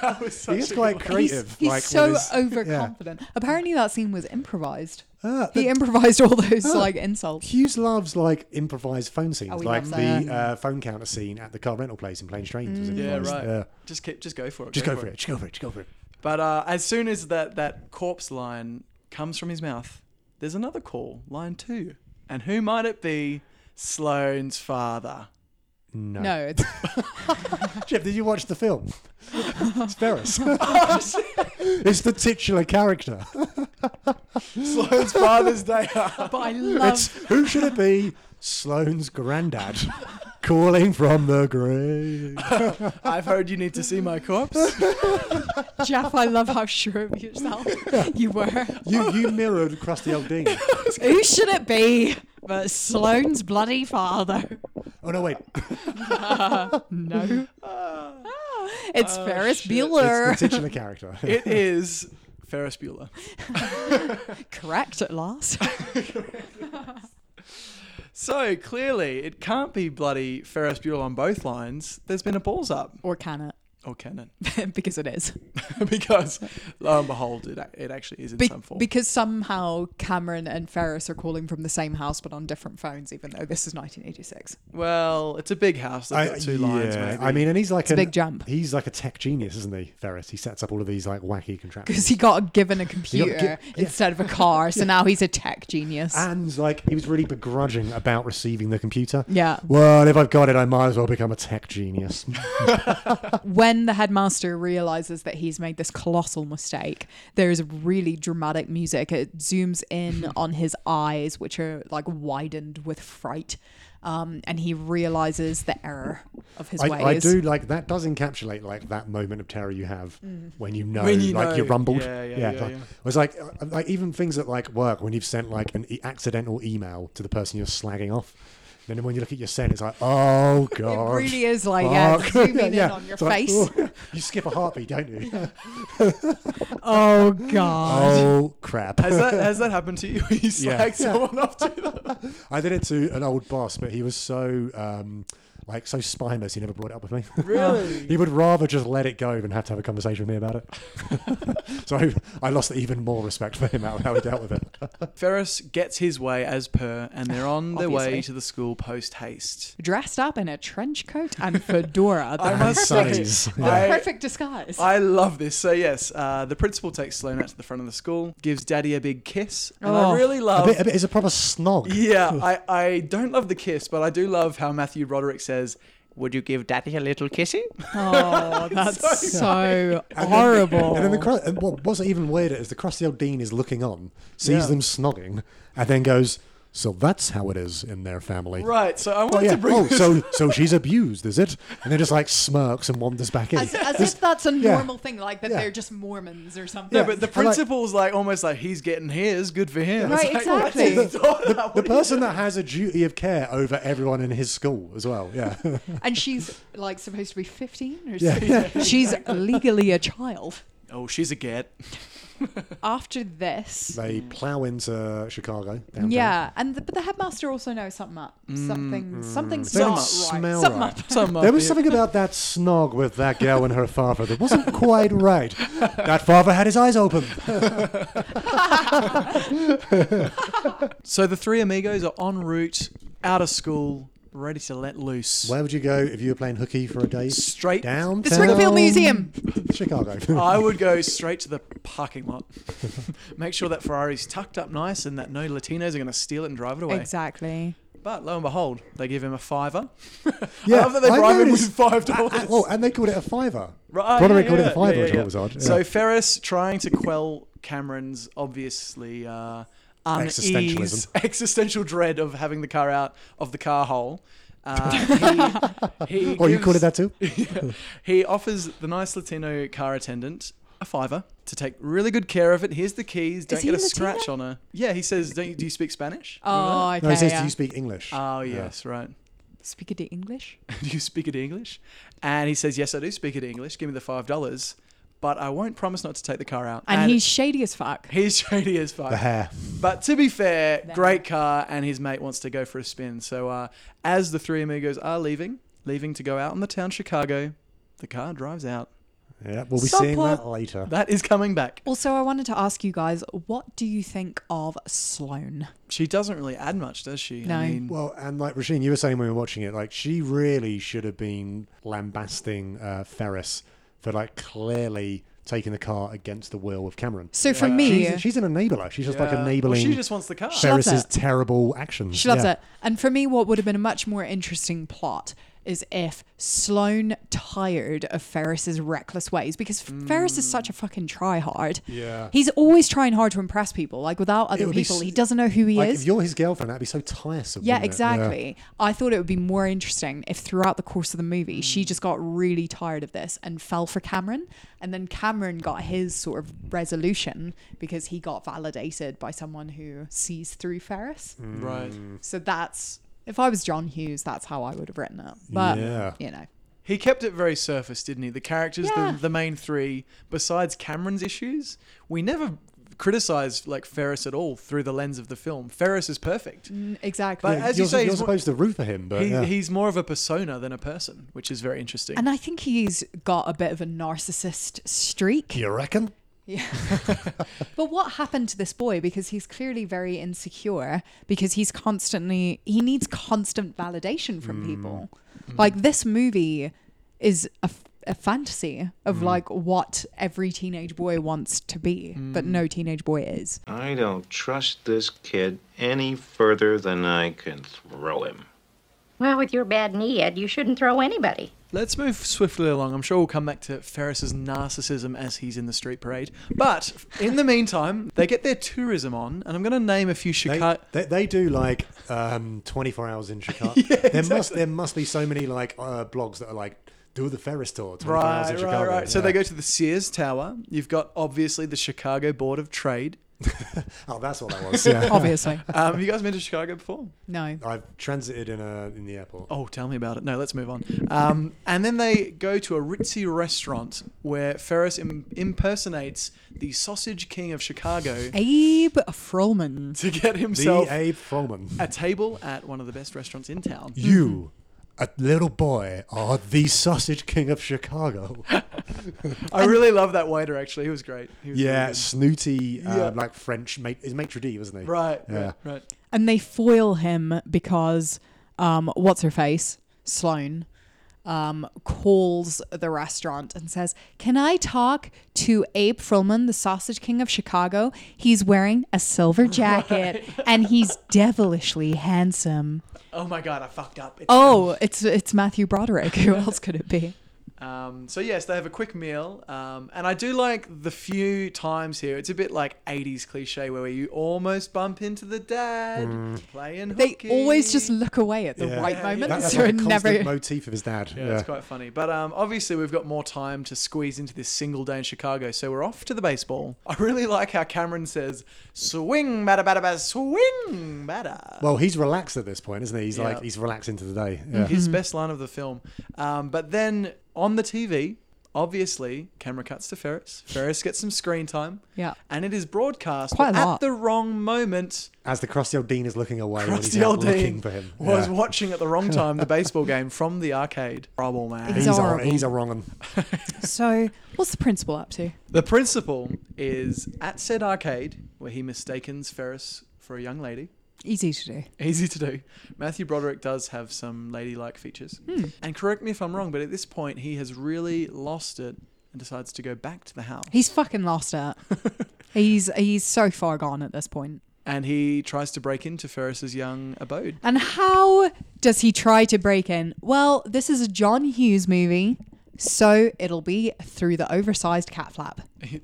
Speaker 2: That was such
Speaker 4: he's
Speaker 2: a
Speaker 4: quite
Speaker 2: good
Speaker 3: He's-
Speaker 4: creative.
Speaker 3: He's,
Speaker 4: like,
Speaker 3: so
Speaker 4: with his- yeah.
Speaker 3: overconfident. Apparently, that scene was improvised.
Speaker 4: Ah,
Speaker 3: he
Speaker 4: the-
Speaker 3: improvised all those
Speaker 4: Ah.
Speaker 3: like insults.
Speaker 4: Hughes loves like improvised phone scenes,
Speaker 3: Oh, he
Speaker 4: like
Speaker 3: loves
Speaker 4: the
Speaker 3: that.
Speaker 4: uh, phone counter scene at the car rental place in Planes Trains. Was
Speaker 2: one. Mm. Yeah,
Speaker 4: improvised.
Speaker 2: right.
Speaker 4: Yeah.
Speaker 2: Just keep, just go for it.
Speaker 4: Just go for it. Just go for it. Just go for it.
Speaker 2: But uh, as soon as that, that corpse line comes from his mouth, there's another call, line two. And who might it be? Sloane's
Speaker 3: [LAUGHS]
Speaker 2: father.
Speaker 4: No.
Speaker 3: No,
Speaker 4: [LAUGHS]
Speaker 3: it's
Speaker 4: Jeff, did you watch the
Speaker 3: [LAUGHS]
Speaker 4: film?
Speaker 2: [LAUGHS]
Speaker 4: it's Ferris. [LAUGHS] it's the titular character.
Speaker 2: Sloane's father's day.
Speaker 3: but I love
Speaker 4: It's who should it be? Sloane's granddad calling from the grave.
Speaker 2: I've heard you need to see my corpse.
Speaker 3: [LAUGHS] Jeff. I love how sure of
Speaker 4: [LAUGHS]
Speaker 3: yourself you were.
Speaker 4: You you mirrored Krusty Old Dean.
Speaker 3: Who should it be but Sloane's bloody father?
Speaker 4: Oh no, wait.
Speaker 3: No, it's Ferris
Speaker 4: Ah, It's
Speaker 3: Bueller.
Speaker 4: the titular character.
Speaker 2: It is Ferris Bueller.
Speaker 3: Correct
Speaker 4: [LAUGHS]
Speaker 3: at last.
Speaker 2: So clearly, it can't be bloody Ferris Bueller on both lines. There's been a balls up,
Speaker 3: or can
Speaker 2: or can it? [LAUGHS]
Speaker 3: it? [LAUGHS] because it is.
Speaker 2: because lo and behold, it, it actually is in
Speaker 3: Be-
Speaker 2: some form.
Speaker 3: because somehow Cameron and Ferris are calling from the same house but on different phones, even though this is 1986.
Speaker 2: well, it's a big house. They've
Speaker 4: I,
Speaker 2: got two lines.
Speaker 4: yeah,
Speaker 2: maybe.
Speaker 4: I mean, and he's like
Speaker 3: a
Speaker 4: an-
Speaker 3: big jump.
Speaker 4: He's like a tech genius, isn't he, Ferris? He sets up all of these like wacky
Speaker 3: Because
Speaker 4: contraptions.
Speaker 3: he got given a computer
Speaker 4: yeah. Ah.
Speaker 3: instead of a car,
Speaker 4: [LAUGHS]
Speaker 3: so now he's a tech genius.
Speaker 4: and like he was really begrudging about receiving the computer.
Speaker 3: Yeah.
Speaker 4: Well, if I've got it, I might as well become a tech genius.
Speaker 3: when the headmaster realizes that he's made this colossal mistake, there is really dramatic music. It zooms
Speaker 4: [LAUGHS]
Speaker 3: in on his eyes, which are like widened with fright, um, and he realizes the error of his
Speaker 4: I,
Speaker 3: ways.
Speaker 4: I do like that. Does encapsulate like that moment of terror you have
Speaker 3: Mm.
Speaker 4: when you know,
Speaker 2: When you
Speaker 4: like
Speaker 2: know.
Speaker 4: you're rumbled.
Speaker 2: Yeah, yeah, yeah,
Speaker 4: like,
Speaker 2: yeah.
Speaker 4: It was like, uh, like even things at like work when you've sent like an e- accidental email to the person you're slagging off. Then when you look at your send, it's like, oh
Speaker 3: [LAUGHS]
Speaker 4: god,
Speaker 3: really is like, yeah,
Speaker 4: fuck.
Speaker 3: zooming
Speaker 4: [LAUGHS]
Speaker 3: in on your face.
Speaker 4: oh, [LAUGHS] you skip a heartbeat, don't
Speaker 3: [LAUGHS]
Speaker 4: you?
Speaker 3: Oh god.
Speaker 4: oh crap!
Speaker 2: has that has that happened to you? [LAUGHS] you
Speaker 4: Yeah.
Speaker 2: slag someone off to
Speaker 4: [LAUGHS]
Speaker 2: the-
Speaker 4: I did it to an old boss, but he was so um, like so spineless. He never brought it up with me.
Speaker 2: [LAUGHS] Really?
Speaker 4: He would rather just let it go than have to have a conversation with me about it. [LAUGHS] so I, I lost even more respect for him out of how he dealt with it.
Speaker 2: Ferris gets his way as per, and they're on their way
Speaker 3: Obviously.
Speaker 2: to the school post haste.
Speaker 3: Dressed up in a trench coat and fedora.
Speaker 4: [LAUGHS]
Speaker 3: The
Speaker 2: I must say,
Speaker 4: sunnies.
Speaker 2: I,
Speaker 3: perfect disguise.
Speaker 2: I love this. So yes, uh, the principal takes Sloan out to the front of the school, gives Daddy a big kiss, and
Speaker 3: Oh.
Speaker 2: I really
Speaker 4: A
Speaker 2: love.
Speaker 4: bit, a bit, it's a proper snog.
Speaker 2: Yeah, I, I don't love the kiss, but I do love how Matthew Roderick says, "Would you give Daddy a little kissy?"
Speaker 3: oh, that's so,
Speaker 4: [LAUGHS]
Speaker 3: [LAUGHS]
Speaker 4: And then-
Speaker 3: horrible.
Speaker 4: And then the cru- and what was even weirder is the crusty old dean is looking on, sees
Speaker 2: Yeah.
Speaker 4: them snogging, and then goes, "So that's how it is in their family."
Speaker 2: Right. So I want
Speaker 4: Oh, yeah.
Speaker 2: to bring
Speaker 4: oh
Speaker 2: this.
Speaker 4: so so she's abused, is it? And then just like smirks and wanders back in.
Speaker 3: as, as if that's a normal thing, like that
Speaker 4: Yeah.
Speaker 3: they're just Mormons or something.
Speaker 2: no,
Speaker 4: Yeah,
Speaker 2: but the
Speaker 4: I like-
Speaker 2: principal's like almost like he's getting his, good for him.
Speaker 3: Right,
Speaker 2: [LAUGHS] It's like,
Speaker 3: exactly.
Speaker 2: that's his daughter.
Speaker 4: the person
Speaker 2: [LAUGHS]
Speaker 4: that has a duty of care over everyone in his school as well. Yeah.
Speaker 3: and she's like supposed to be 15 or
Speaker 4: Yeah,
Speaker 3: something.
Speaker 4: [LAUGHS]
Speaker 3: She's legally a child.
Speaker 2: oh, she's a get.
Speaker 3: After this,
Speaker 4: they plow into Chicago. Downtown.
Speaker 3: yeah, and the, but the headmaster also knows something up, something, something's
Speaker 4: Mm. They
Speaker 3: not
Speaker 4: didn't
Speaker 3: right.
Speaker 4: smell
Speaker 3: Something
Speaker 4: right.
Speaker 3: up.
Speaker 2: Some
Speaker 4: There was something about that snog with that girl and her father that wasn't quite right. That father had his eyes open.
Speaker 2: So the three amigos are en route out of school, ready to let loose.
Speaker 4: Where would you go if you were playing hooky for a day?
Speaker 2: Straight-
Speaker 4: down
Speaker 3: The Springfield Museum.
Speaker 2: [LAUGHS]
Speaker 4: Chicago.
Speaker 2: I would go straight to the parking lot. [LAUGHS] Make sure that Ferrari's tucked up nice and that no Latinos are going to steal it and drive it away.
Speaker 3: Exactly.
Speaker 2: But lo and behold, they give him a fiver. [LAUGHS]
Speaker 4: Yeah,
Speaker 2: I love that they
Speaker 4: I
Speaker 2: bribe him
Speaker 4: noticed-
Speaker 2: with five dollars.
Speaker 4: oh, and they called it a fiver.
Speaker 2: Right,
Speaker 4: Roderick
Speaker 2: yeah,
Speaker 4: called
Speaker 2: yeah,
Speaker 4: it a fiver,
Speaker 2: yeah,
Speaker 4: which I
Speaker 2: yeah.
Speaker 4: thought was odd.
Speaker 2: So
Speaker 4: yeah.
Speaker 2: Ferris trying to quell Cameron's obviously uh, unease,
Speaker 4: Existentialism.
Speaker 2: existential dread of having the car out of the car hole.
Speaker 4: [LAUGHS]
Speaker 2: Uh, he, he
Speaker 4: Or you
Speaker 2: gives-
Speaker 4: called it
Speaker 2: [LAUGHS]
Speaker 4: that too?
Speaker 2: He offers the nice Latino car attendant a fiver to take really good care of it. Here's the keys. Don't
Speaker 3: he
Speaker 2: get a
Speaker 3: Latino?
Speaker 2: scratch on her. Yeah, he says, "Don't you, do you speak Spanish?"
Speaker 3: Oh, okay.
Speaker 4: No, he says,
Speaker 3: yeah.
Speaker 4: do you speak English?
Speaker 2: Oh yes, right. [LAUGHS]
Speaker 3: Speak it in English?
Speaker 2: do you speak it English? And he says, yes, I do speak it English. Give me the five dollars. but I won't promise not to take the car out.
Speaker 3: And, he's shady as fuck.
Speaker 2: he's [LAUGHS] shady as fuck.
Speaker 4: The hair.
Speaker 2: But to be fair, great car, and his mate wants to go for a spin. So uh, as the three amigos are leaving, leaving to go out in the town Chicago, the car drives out.
Speaker 4: Yeah, we'll be
Speaker 3: Stop
Speaker 4: seeing
Speaker 3: what-
Speaker 4: that later.
Speaker 2: That is coming back.
Speaker 3: Also, I wanted to ask you guys, what do you think of Sloane?
Speaker 2: She doesn't really add much, does she?
Speaker 3: No.
Speaker 2: I mean,
Speaker 4: Well, and like Rasheen, you were saying when we were watching it, like she really should have been lambasting uh, Ferris for like clearly taking the car against the will of Cameron.
Speaker 3: So for me,
Speaker 4: She's, she's an enabler. She's just like
Speaker 2: yeah. uh, Well,
Speaker 4: enabling
Speaker 2: she just wants the car.
Speaker 3: loves
Speaker 4: Ferris's
Speaker 3: it.
Speaker 4: terrible actions.
Speaker 3: She loves
Speaker 4: Yeah.
Speaker 3: it. And for me, what would have been a much more interesting plot is if Sloane tired of Ferris's reckless ways because Ferris is such a fucking
Speaker 4: Mm.
Speaker 3: tryhard.
Speaker 4: Yeah.
Speaker 3: He's always trying hard to impress people. Like without
Speaker 4: It
Speaker 3: other
Speaker 4: would be
Speaker 3: people,
Speaker 4: s-
Speaker 3: he doesn't know who he
Speaker 4: Like,
Speaker 3: is.
Speaker 4: if you're his girlfriend, that'd be so tiresome.
Speaker 3: Yeah,
Speaker 4: wouldn't it?
Speaker 3: exactly. I thought it would be more interesting if throughout the course of the movie she just got really tired of this and fell for Cameron. And then Cameron got his sort of resolution because he got validated by someone who sees through Ferris.
Speaker 2: right.
Speaker 3: So that's, if I was John Hughes, that's how I would have written it. But,
Speaker 4: Yeah.
Speaker 3: you know.
Speaker 2: He kept it very surface, didn't he? The characters,
Speaker 3: Yeah.
Speaker 2: the, the main three, besides Cameron's issues, we never criticized like Ferris at all through the lens of the film. Ferris is perfect.
Speaker 3: N- Exactly.
Speaker 2: But
Speaker 4: Yeah,
Speaker 2: as you
Speaker 4: you're,
Speaker 2: say,
Speaker 4: you're
Speaker 2: he's more-
Speaker 4: supposed to root for him, but
Speaker 2: He,
Speaker 4: yeah.
Speaker 2: He's more of a persona than a person, which is very interesting.
Speaker 3: and I think he's got a bit of a narcissist streak.
Speaker 4: you reckon?
Speaker 3: But what happened to this boy? Because he's clearly very insecure because he's constantly, he needs constant validation from people. Like this movie is a, f- a fantasy of like what every teenage boy wants to be, but no teenage boy is.
Speaker 7: I don't trust this kid any further than I can throw him.
Speaker 8: Well, with your bad knee, Ed, you shouldn't throw anybody.
Speaker 2: Let's move swiftly along. I'm sure we'll come back to Ferris's narcissism as he's in the street parade. But in the meantime, they get their tourism on, and I'm going to name a few
Speaker 4: They,
Speaker 2: Chicago.
Speaker 4: they, they do like um, 24 hours
Speaker 2: [LAUGHS]
Speaker 4: in Chicago. there must there must be so many like uh, blogs that are like do the Ferris tour 24 hours
Speaker 2: Right,
Speaker 4: in
Speaker 2: right,
Speaker 4: Chicago.
Speaker 2: right. So
Speaker 4: Yeah.
Speaker 2: they go to the Sears Tower. You've got obviously the Chicago Board of Trade.
Speaker 4: Oh, that's what that was. Yeah.
Speaker 3: Obviously.
Speaker 2: Um, have you guys been to Chicago before?
Speaker 3: No.
Speaker 4: I've transited in a in the airport.
Speaker 2: Oh, tell me about it. No, let's move on. Um, and then they go to a ritzy restaurant where Ferris Im- impersonates the Sausage King of Chicago
Speaker 3: Abe Frollman.
Speaker 2: to get
Speaker 4: the
Speaker 2: himself
Speaker 4: Abe Frollman.
Speaker 2: a table at one of the best restaurants in town.
Speaker 4: You, a little boy, are the sausage king of Chicago.
Speaker 2: I really love that waiter. Actually, he was great. He was really
Speaker 4: yeah,
Speaker 2: good.
Speaker 4: snooty, uh,
Speaker 2: Yeah.
Speaker 4: like French. ma- Is maitre d, wasn't he?
Speaker 2: right,
Speaker 4: Yeah.
Speaker 2: right, right.
Speaker 3: And they foil him because, um, what's her face? Sloane. um, calls the restaurant and says, Can I talk to Abe Froman, the Sausage King of Chicago? He's wearing
Speaker 4: [LAUGHS]
Speaker 3: a silver jacket and he's devilishly handsome.
Speaker 2: Oh my god, I fucked up. It's
Speaker 3: Oh, it's it's Matthew
Speaker 4: [LAUGHS]
Speaker 3: Broderick. Who else could it be?
Speaker 2: Um, so yes, they have a quick meal, um, and I do like the few times here. It's a bit like '80s cliche where you almost bump into the dad
Speaker 4: Mm.
Speaker 2: playing.
Speaker 3: They
Speaker 2: hooky.
Speaker 3: always just look away at the
Speaker 4: Yeah.
Speaker 3: right moment.
Speaker 4: That- that's
Speaker 3: so
Speaker 4: like a
Speaker 3: it
Speaker 4: constant
Speaker 3: never.
Speaker 4: motif of his dad.
Speaker 2: Yeah, it's quite funny. But um, obviously, we've got more time to squeeze into this single day in Chicago, so we're off to the baseball. I really like how Cameron says, "Swing, batter, batter, batter, swing, batter."
Speaker 4: Well, he's relaxed at this point, isn't he? He's like
Speaker 2: Yeah.
Speaker 4: he's relaxed into the day. Yeah.
Speaker 3: Mm-hmm.
Speaker 2: his best line of the film. Um, but then on the TV, obviously, camera cuts to Ferris. Ferris gets some screen time.
Speaker 3: Yeah.
Speaker 2: And it is broadcast
Speaker 3: Quite a
Speaker 2: but at
Speaker 3: lot.
Speaker 2: the wrong moment.
Speaker 4: As the crusty old dean is looking away, when he's
Speaker 2: Rusty
Speaker 4: out
Speaker 2: old
Speaker 4: looking
Speaker 2: Dean
Speaker 4: for him.
Speaker 2: was
Speaker 4: Yeah.
Speaker 2: watching at the
Speaker 4: [LAUGHS]
Speaker 2: wrong time the baseball game from the arcade. Trouble, man.
Speaker 3: He's
Speaker 4: He's a,
Speaker 3: horrible.
Speaker 4: he's a wrong one.
Speaker 3: [LAUGHS] So, what's the principal up to?
Speaker 2: The principal is at said arcade where he mistakes Ferris for a young lady.
Speaker 3: Easy to do.
Speaker 2: Easy to do. Matthew Broderick does have some ladylike features.
Speaker 3: Hmm.
Speaker 2: And correct me if I'm wrong, but at this point, he has really lost it and decides to go back to the house.
Speaker 3: He's fucking lost it. [LAUGHS] he's he's so far gone at this point.
Speaker 2: and he tries to break into Ferris's young abode.
Speaker 3: And how does he try to break in? Well, this is a John Hughes movie, so it'll be through the oversized cat flap.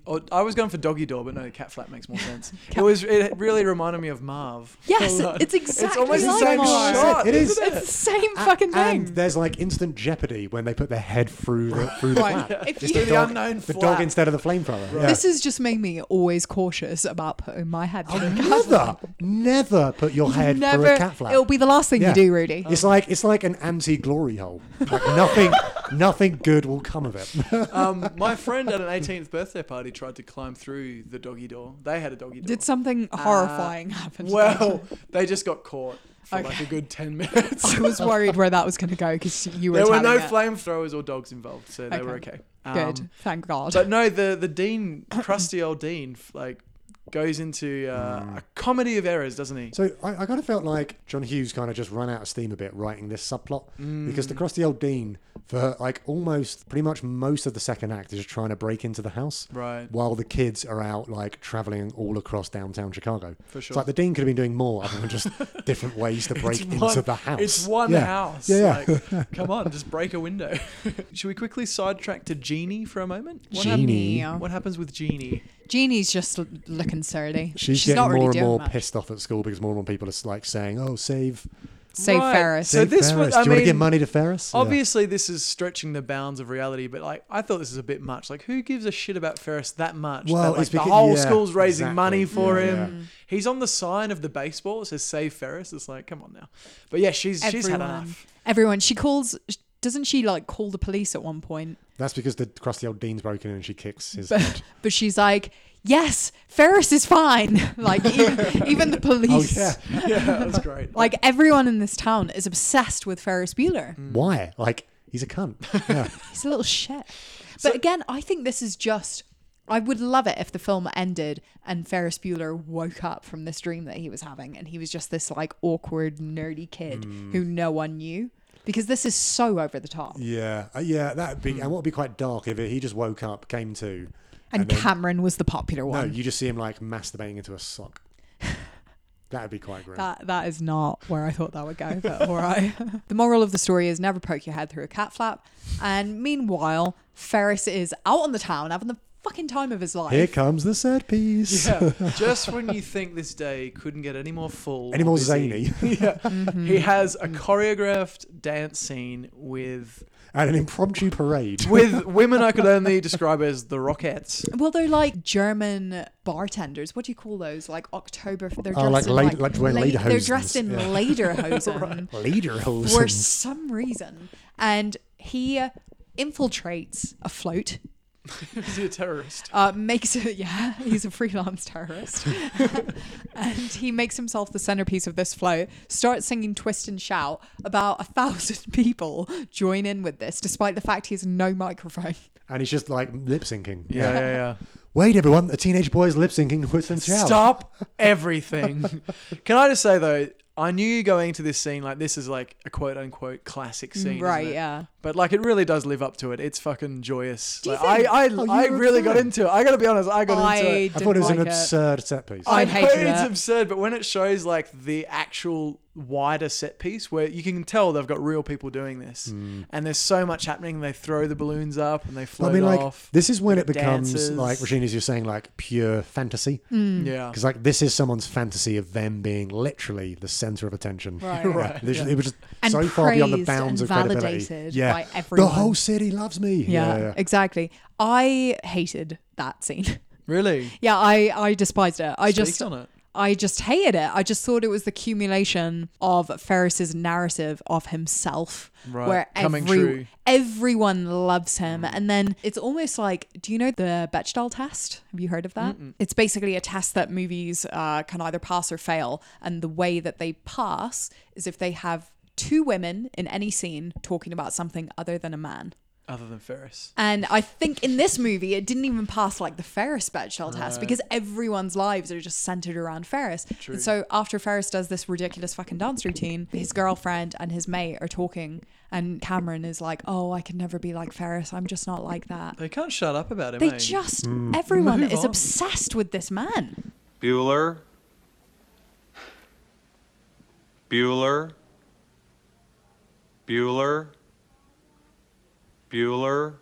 Speaker 2: Or- I was going for doggy door, but no, cat flap makes more
Speaker 3: [LAUGHS]
Speaker 2: sense. it was. It really reminded me of Marv. [LAUGHS]
Speaker 3: Yes,
Speaker 2: Hold on.
Speaker 3: it's exactly
Speaker 2: almost
Speaker 3: like
Speaker 2: the same
Speaker 3: Marv.
Speaker 2: shot.
Speaker 4: It is.
Speaker 2: isn't
Speaker 3: It's the same fucking
Speaker 4: And
Speaker 3: thing.
Speaker 4: there's like instant jeopardy when they put their head through the through the
Speaker 3: Right.
Speaker 4: flap.
Speaker 3: If
Speaker 4: Just
Speaker 3: you-
Speaker 2: The unknown
Speaker 4: the
Speaker 2: flap.
Speaker 4: dog instead of the flamethrower. Yeah.
Speaker 3: This has just made me always cautious about putting my head through. a cat
Speaker 4: never, never put your head through a cat flap.
Speaker 3: It'll be the last thing
Speaker 4: Yeah.
Speaker 3: you do, Rudy.
Speaker 4: It's like it's like an anti-glory hole. Like nothing, [LAUGHS] Nothing good will come of it.
Speaker 2: Um, my friend at an 18th birthday party tried to climb through the doggy door. They had a doggy door.
Speaker 3: Did something horrifying happen? to
Speaker 2: [LAUGHS] Uh,
Speaker 3: them? [LAUGHS]
Speaker 2: Well, they they just got caught for like
Speaker 3: Okay.
Speaker 2: a good 10 minutes.
Speaker 3: [LAUGHS] I was worried where that was going to go because you were.
Speaker 2: there were
Speaker 3: telling
Speaker 2: no
Speaker 3: it.
Speaker 2: flamethrowers or dogs involved, so they were okay. Um,
Speaker 3: Good, thank God.
Speaker 2: But no, the the dean, crusty old dean, f- like goes into uh,
Speaker 4: Mm.
Speaker 2: a comedy of errors, doesn't he?
Speaker 4: so I, I kind of felt like John Hughes kind of just ran out of steam a bit writing this subplot because
Speaker 2: Mm.
Speaker 4: the crusty old dean for like almost pretty much most of the second act is just trying to break into the house.
Speaker 2: Right.
Speaker 4: While the kids are out like traveling all across downtown Chicago. For
Speaker 2: sure.
Speaker 4: It's like the dean could have been doing more other than
Speaker 2: [LAUGHS]
Speaker 4: just different ways to break into
Speaker 2: one-
Speaker 4: the house.
Speaker 2: It's one
Speaker 4: Yeah.
Speaker 2: house.
Speaker 4: Yeah. yeah.
Speaker 2: Like, come on, just break a window. [LAUGHS] Should we quickly sidetrack to Jeannie for a moment? What, hap-
Speaker 4: Genie.
Speaker 3: Genie.
Speaker 2: what happens with Jeannie?
Speaker 3: Jeannie's just l- looking surly.
Speaker 4: [LAUGHS] She's, getting
Speaker 3: not really
Speaker 4: more and
Speaker 3: doing
Speaker 4: more
Speaker 3: much.
Speaker 4: pissed off at school because more and more people are like saying, "Oh, save,
Speaker 3: Save
Speaker 2: Right.
Speaker 3: Ferris.
Speaker 2: So
Speaker 4: save
Speaker 2: this
Speaker 4: Ferris.
Speaker 2: was- I
Speaker 4: Do you want to give
Speaker 2: mean,
Speaker 4: money to Ferris?" Yeah.
Speaker 2: Obviously, this is stretching the bounds of reality, but like I thought this is a bit much. Like, who gives a shit about Ferris that much?
Speaker 4: Well,
Speaker 2: that, like,
Speaker 4: it's
Speaker 2: the
Speaker 4: becau-
Speaker 2: whole
Speaker 4: yeah,
Speaker 2: school's raising
Speaker 4: exactly.
Speaker 2: money for
Speaker 4: Yeah,
Speaker 2: him. He's on the sign of the baseball. It says "Save Ferris." It's like, come on now. But yeah, she's she's had enough. [LAUGHS]
Speaker 3: Everyone. She calls. Doesn't she like call the police at one point?
Speaker 4: That's because the crusty old dean's broken in and she kicks
Speaker 2: [LAUGHS]
Speaker 4: his head.
Speaker 3: But she's like, "Yes, Ferris is fine." [LAUGHS] Like even, even the
Speaker 4: Oh,
Speaker 3: police.
Speaker 2: Oh, Yeah, that was great.
Speaker 3: Like everyone in this town is obsessed with Ferris Bueller.
Speaker 4: Mm. Why? Like he's a [LAUGHS] cunt. Yeah.
Speaker 3: He's a little shit. But again, I think this is just. I would love it if the film ended and Ferris Bueller woke up from this dream that he was having and he was just this like awkward, nerdy kid who no one knew. Because this is so over the top.
Speaker 4: Mm. yeah, Uh, yeah. That'd be and what would be quite dark if he just woke up, came to,
Speaker 3: And,
Speaker 4: then-
Speaker 3: Cameron was the popular
Speaker 4: no,
Speaker 3: one.
Speaker 4: you just see him like masturbating into a [LAUGHS] sock. That'd be quite grim.
Speaker 3: that, that is not where I thought that would go, but all right. [LAUGHS] the moral of the story is never poke your head through a cat flap. And meanwhile, Ferris is out on the town having the fucking time of his life.
Speaker 4: Here comes the set piece. [LAUGHS]
Speaker 2: Yeah, [LAUGHS] just when you think this day couldn't get any more full,
Speaker 4: Any
Speaker 2: or
Speaker 4: more
Speaker 2: busy,
Speaker 4: zany [LAUGHS]
Speaker 2: yeah, he has a choreographed dance scene with
Speaker 4: and an impromptu parade.
Speaker 2: with women I could only describe as the Rockettes.
Speaker 3: Well, they're like German bartenders. What do you call those? Like October. They're dressed
Speaker 4: Oh, like
Speaker 3: in
Speaker 4: la-
Speaker 3: like,
Speaker 4: like wearing
Speaker 3: la- They're
Speaker 4: lederhosens.
Speaker 3: dressed in
Speaker 4: Yeah. [LAUGHS]
Speaker 3: lederhosen
Speaker 4: Lederhosen.
Speaker 3: for some reason, and he uh, infiltrates a float.
Speaker 2: [LAUGHS] Is he a terrorist?
Speaker 3: Uh, makes it. Yeah, he's a [LAUGHS] freelance terrorist, [LAUGHS] and he makes himself the centerpiece of this float. Starts singing "Twist and Shout." About a thousand [LAUGHS] people join in with this, despite the fact he has no microphone.
Speaker 4: and he's just like lip syncing.
Speaker 2: Yeah, yeah,
Speaker 4: [LAUGHS] Wait, everyone, a teenage boy is lip syncing Twist and
Speaker 2: yeah.
Speaker 4: Shout.
Speaker 2: Stop everything. [LAUGHS] Can I just say though, I knew going into this scene like this is like a quote unquote classic scene, isn't
Speaker 3: right?
Speaker 2: it?
Speaker 3: Yeah.
Speaker 2: But like, it really does live up to it. It's fucking joyous.
Speaker 3: you
Speaker 2: Like, I, I,
Speaker 4: Oh, you
Speaker 2: I
Speaker 4: were a
Speaker 2: really got
Speaker 4: fan.
Speaker 2: into it. I gotta be honest, I got into it.
Speaker 4: I
Speaker 3: didn't
Speaker 4: thought it was an
Speaker 3: like
Speaker 4: absurd set piece.
Speaker 3: I
Speaker 2: I know
Speaker 3: hated
Speaker 2: it's
Speaker 3: it.
Speaker 2: absurd, but when it shows like the actual wider set piece where you can tell they've got real people doing this and there's so much happening, they throw the balloons up and they
Speaker 4: Mm. I
Speaker 2: float
Speaker 4: mean, like
Speaker 2: off.
Speaker 4: this is when it
Speaker 2: the
Speaker 4: becomes
Speaker 2: dances.
Speaker 4: like Rasheen, as you're saying, like pure fantasy.
Speaker 2: Hmm. yeah.
Speaker 4: Because like this is someone's fantasy of them being literally the center of attention. [LAUGHS]
Speaker 3: Right.
Speaker 4: right. It was just
Speaker 3: And
Speaker 4: so far beyond the
Speaker 3: praised
Speaker 4: bounds
Speaker 3: and
Speaker 4: of credibility.
Speaker 3: validated
Speaker 4: Yeah.
Speaker 3: by
Speaker 4: the
Speaker 3: everyone.
Speaker 4: whole city loves me.
Speaker 3: Yeah,
Speaker 4: Yeah. yeah.
Speaker 3: exactly. I hated that scene. [LAUGHS]
Speaker 2: Really?
Speaker 3: yeah, I I despised it. I just
Speaker 2: on it.
Speaker 3: I just hated it. I just thought it was the accumulation of Ferris's narrative of himself,
Speaker 2: Right,
Speaker 3: where
Speaker 2: coming
Speaker 3: every,
Speaker 2: true. Mm.
Speaker 3: everyone loves him, and then it's almost like, do you know the Bechdel test? Have you heard of that? It's basically a test that movies uh, can either pass or fail, and the way that they pass is if they have two women in any scene talking about something other than a man.
Speaker 2: Other than Ferris.
Speaker 3: And I think in this movie, it didn't even pass like the Ferris Bechdel test because everyone's lives are just centered around Ferris. And so after Ferris does this ridiculous fucking dance routine, his girlfriend and his mate are talking, and Cameron is like, "Oh, I can never be like Ferris. I'm just not like that."
Speaker 2: They can't shut up about it.
Speaker 3: They
Speaker 2: eh?
Speaker 3: just everyone
Speaker 2: Move
Speaker 3: is
Speaker 2: on.
Speaker 3: obsessed with this man.
Speaker 7: Bueller? Bueller? Bueller? Bueller?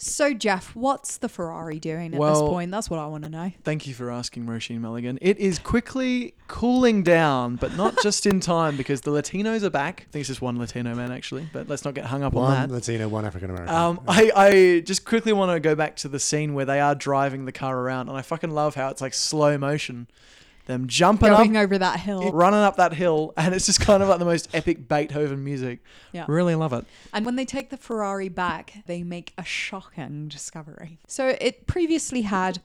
Speaker 3: So Jeff, what's the Ferrari doing at this
Speaker 2: Well-
Speaker 3: point? That's what I want to know.
Speaker 2: Thank you for asking, Roisin Mulligan. It is quickly cooling down, but
Speaker 4: [LAUGHS]
Speaker 2: not just in time because the Latinos are back. I think it's just one Latino man actually, but let's not get hung up on that.
Speaker 4: One Latino, one African American.
Speaker 2: Um, I, I just quickly want to go back to the scene where they are driving the car around, and I fucking love how it's like slow motion. them jumping
Speaker 3: going
Speaker 2: up,
Speaker 3: over that hill.
Speaker 2: running up that hill, [LAUGHS] and it's just kind of like the most epic Beethoven music.
Speaker 3: Yeah.
Speaker 2: Really love it.
Speaker 3: And when they take the Ferrari back, they make a shocking discovery. So it previously had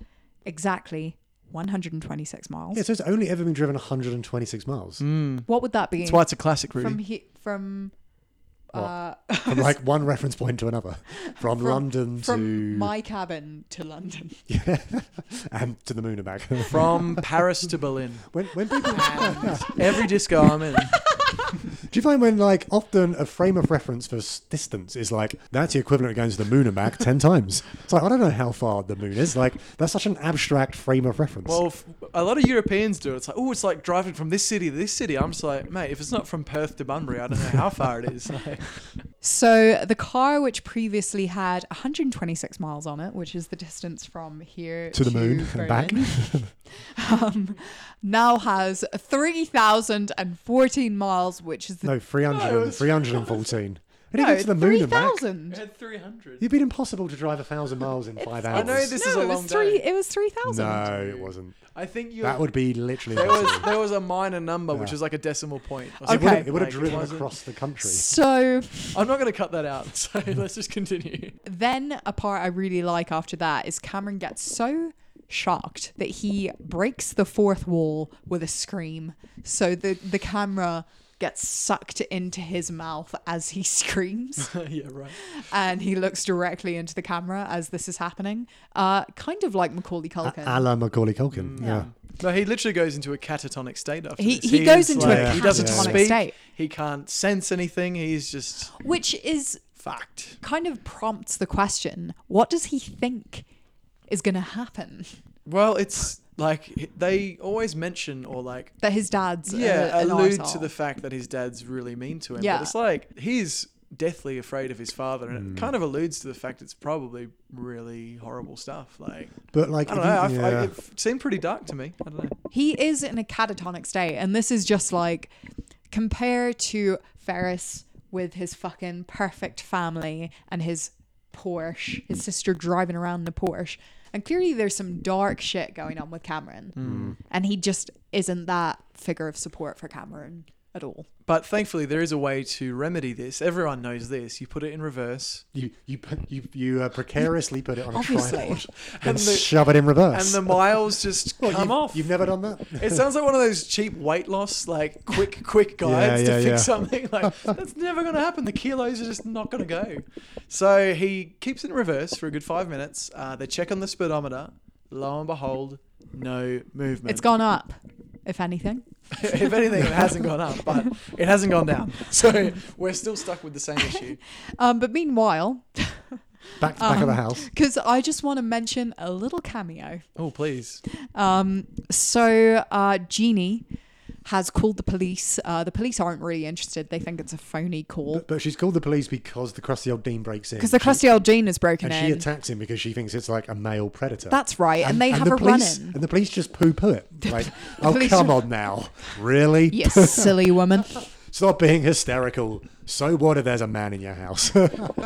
Speaker 3: exactly 126 miles.
Speaker 4: Yeah, so it's only ever been driven 126 miles
Speaker 2: Mm.
Speaker 3: What would that be?
Speaker 2: That's why it's a classic,
Speaker 3: from
Speaker 2: Rudy.
Speaker 3: he- from uh, [LAUGHS]
Speaker 4: from like one reference point to another, from, London
Speaker 3: from
Speaker 4: to
Speaker 3: my cabin
Speaker 4: [LAUGHS]
Speaker 3: to London.
Speaker 4: and to the moon and back.
Speaker 2: [LAUGHS] From Paris to Berlin.
Speaker 4: [LAUGHS] when, when
Speaker 3: [LAUGHS]
Speaker 4: people, [LAUGHS]
Speaker 2: Every disco I'm in.
Speaker 4: do you find when like often a frame of reference for s- distance is like that's the equivalent of going to the moon and back ten [LAUGHS] times? It's like I don't know how far the moon is. Like that's such an abstract frame of reference.
Speaker 2: Well, f- a lot of Europeans do it. It's like, oh, it's like driving from this city to this city. I'm just like, mate, if it's not from Perth to Bunbury, I don't know how far it is. [LAUGHS] Like,
Speaker 3: So the car, which previously had 126 miles on it, which is the distance from here
Speaker 4: to the moon and back.
Speaker 3: Berlin, um, now has 3,014 miles, which is
Speaker 4: [LAUGHS]
Speaker 3: the
Speaker 4: No, 300,
Speaker 2: No, it's-
Speaker 4: 314. How do you
Speaker 3: No,
Speaker 4: get to the moon and back?
Speaker 3: 3,000.
Speaker 2: had 300.
Speaker 4: You'd been impossible to drive a thousand miles in five hours.
Speaker 2: I know this is
Speaker 3: No,
Speaker 2: a
Speaker 3: it was
Speaker 2: long
Speaker 3: three.
Speaker 2: day.
Speaker 3: It was 3,000.
Speaker 4: No, it wasn't.
Speaker 2: I think you.
Speaker 4: That would be literally
Speaker 2: There was
Speaker 4: impossible.
Speaker 2: there was a minor number, which
Speaker 4: Yeah.
Speaker 2: is like a decimal point. or
Speaker 4: It
Speaker 2: something.
Speaker 4: would have, it would have
Speaker 2: Like,
Speaker 4: driven
Speaker 2: wasn't-
Speaker 4: across the country.
Speaker 3: So
Speaker 2: I'm not going to cut that out. [LAUGHS] So let's just continue. [LAUGHS]
Speaker 3: then a part I really like after that is Cameron gets so shocked that he breaks the fourth wall with a scream. So the the camera gets sucked into his mouth as he [LAUGHS] screams
Speaker 2: [LAUGHS] yeah, right.
Speaker 3: and he looks directly into the camera as this is happening uh kind of like Macaulay Culkin
Speaker 4: A la Macaulay
Speaker 2: Mm,
Speaker 4: Culkin. yeah.
Speaker 2: No, he literally goes into a catatonic state after
Speaker 3: He-
Speaker 2: this.
Speaker 3: he goes
Speaker 2: is,
Speaker 3: into a
Speaker 2: he doesn't
Speaker 4: catatonic
Speaker 2: speak.
Speaker 3: state.
Speaker 2: He can't sense anything. He's just
Speaker 3: which is
Speaker 2: fucked.
Speaker 3: kind of prompts the question what does he think is going to happen
Speaker 2: Well, it's like they always mention or like
Speaker 3: that his dad's a-
Speaker 2: yeah
Speaker 3: an
Speaker 2: allude to
Speaker 3: arsehole.
Speaker 2: the fact that his dad's really mean to him.
Speaker 3: Yeah.
Speaker 2: But it's like he's deathly afraid of his father, and
Speaker 4: Hmm.
Speaker 2: it kind of alludes to the fact it's probably really horrible stuff. Like
Speaker 4: But like,
Speaker 2: I don't
Speaker 4: if
Speaker 2: know.
Speaker 4: you-
Speaker 2: I,
Speaker 4: yeah.
Speaker 2: I, it seemed pretty dark to me. I don't know.
Speaker 3: he is in a catatonic state and this is just like compare to ferris with his fucking perfect family and his porsche his sister driving around in a porsche and clearly there's some dark shit going on with cameron and he just isn't that figure of support for cameron at all
Speaker 2: But thankfully, there is a way to remedy this. Everyone knows this. You put it in reverse,
Speaker 4: you you put- you, you uh, precariously put it on a
Speaker 3: Obviously. [LAUGHS]
Speaker 4: tripod and
Speaker 2: the-
Speaker 4: shove it in
Speaker 2: and
Speaker 4: [LAUGHS] reverse.
Speaker 2: the miles just
Speaker 4: Well,
Speaker 2: come
Speaker 4: you've,
Speaker 2: off.
Speaker 4: You've never done that.
Speaker 2: It sounds like one of those cheap weight loss, like
Speaker 4: [LAUGHS]
Speaker 2: quick, quick guides
Speaker 4: yeah,
Speaker 2: to fix
Speaker 4: yeah.
Speaker 2: something. Like that's never going to happen. The kilos are just not going to go. So he keeps it in reverse for a good five minutes. Uh, they check on the speedometer. Lo and behold, no movement.
Speaker 3: it's gone up if anything
Speaker 2: [LAUGHS] if anything, it hasn't gone up, but it hasn't gone down.
Speaker 3: [LAUGHS]
Speaker 2: So we're still stuck with the same issue.
Speaker 3: um, but meanwhile
Speaker 4: Back to back
Speaker 3: Um,
Speaker 4: of the house.
Speaker 3: because i just want to mention a little cameo
Speaker 2: Oh please!
Speaker 3: Um, so uh, Jeannie has called the police. Uh, the police aren't really interested. They think it's a phony call
Speaker 4: But she's called the police because the crusty old dean breaks in.
Speaker 3: because the crusty old Jean is broken
Speaker 4: and she
Speaker 3: in.
Speaker 4: attacks him because she thinks it's like a male predator.
Speaker 3: That's right, and they have
Speaker 4: the
Speaker 3: a
Speaker 4: police,
Speaker 3: run-in.
Speaker 4: And the police just poo poo
Speaker 3: [LAUGHS]
Speaker 4: it. Like, oh,
Speaker 3: police-
Speaker 4: come on now. Really?
Speaker 3: you silly woman.
Speaker 4: Stop being hysterical. So what if there's a man in your house?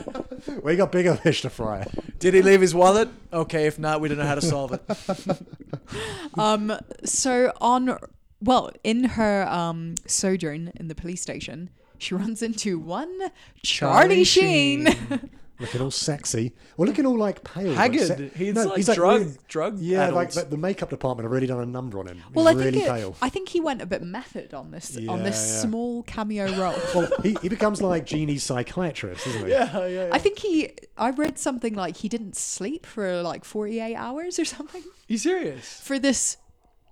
Speaker 4: [LAUGHS] we got bigger fish to fry.
Speaker 2: Did he leave his wallet? Okay, if not, we don't know how to solve it.
Speaker 3: Um, so on, well, in her um, sojourn in the police station, she runs into one
Speaker 2: Charlie
Speaker 3: Charlie, Sheen.
Speaker 4: Looking all sexy. Well, looking all like pale. but
Speaker 2: Haggard.
Speaker 4: se-
Speaker 2: He's like drug- drug
Speaker 4: Yeah,
Speaker 2: addled.
Speaker 4: like the, the makeup department have really done a number on him. He's
Speaker 3: well, I
Speaker 4: really
Speaker 3: think it-
Speaker 4: pale.
Speaker 3: I think he went a bit method on this on this
Speaker 4: Yeah, yeah.
Speaker 3: small cameo role.
Speaker 4: well, he, he becomes like Genie's psychiatrist,
Speaker 2: [LAUGHS]
Speaker 4: isn't he? Yeah.
Speaker 3: I think he. I read something like he didn't sleep for like forty eight hours or [LAUGHS] something.
Speaker 2: [LAUGHS] you serious?
Speaker 3: for this,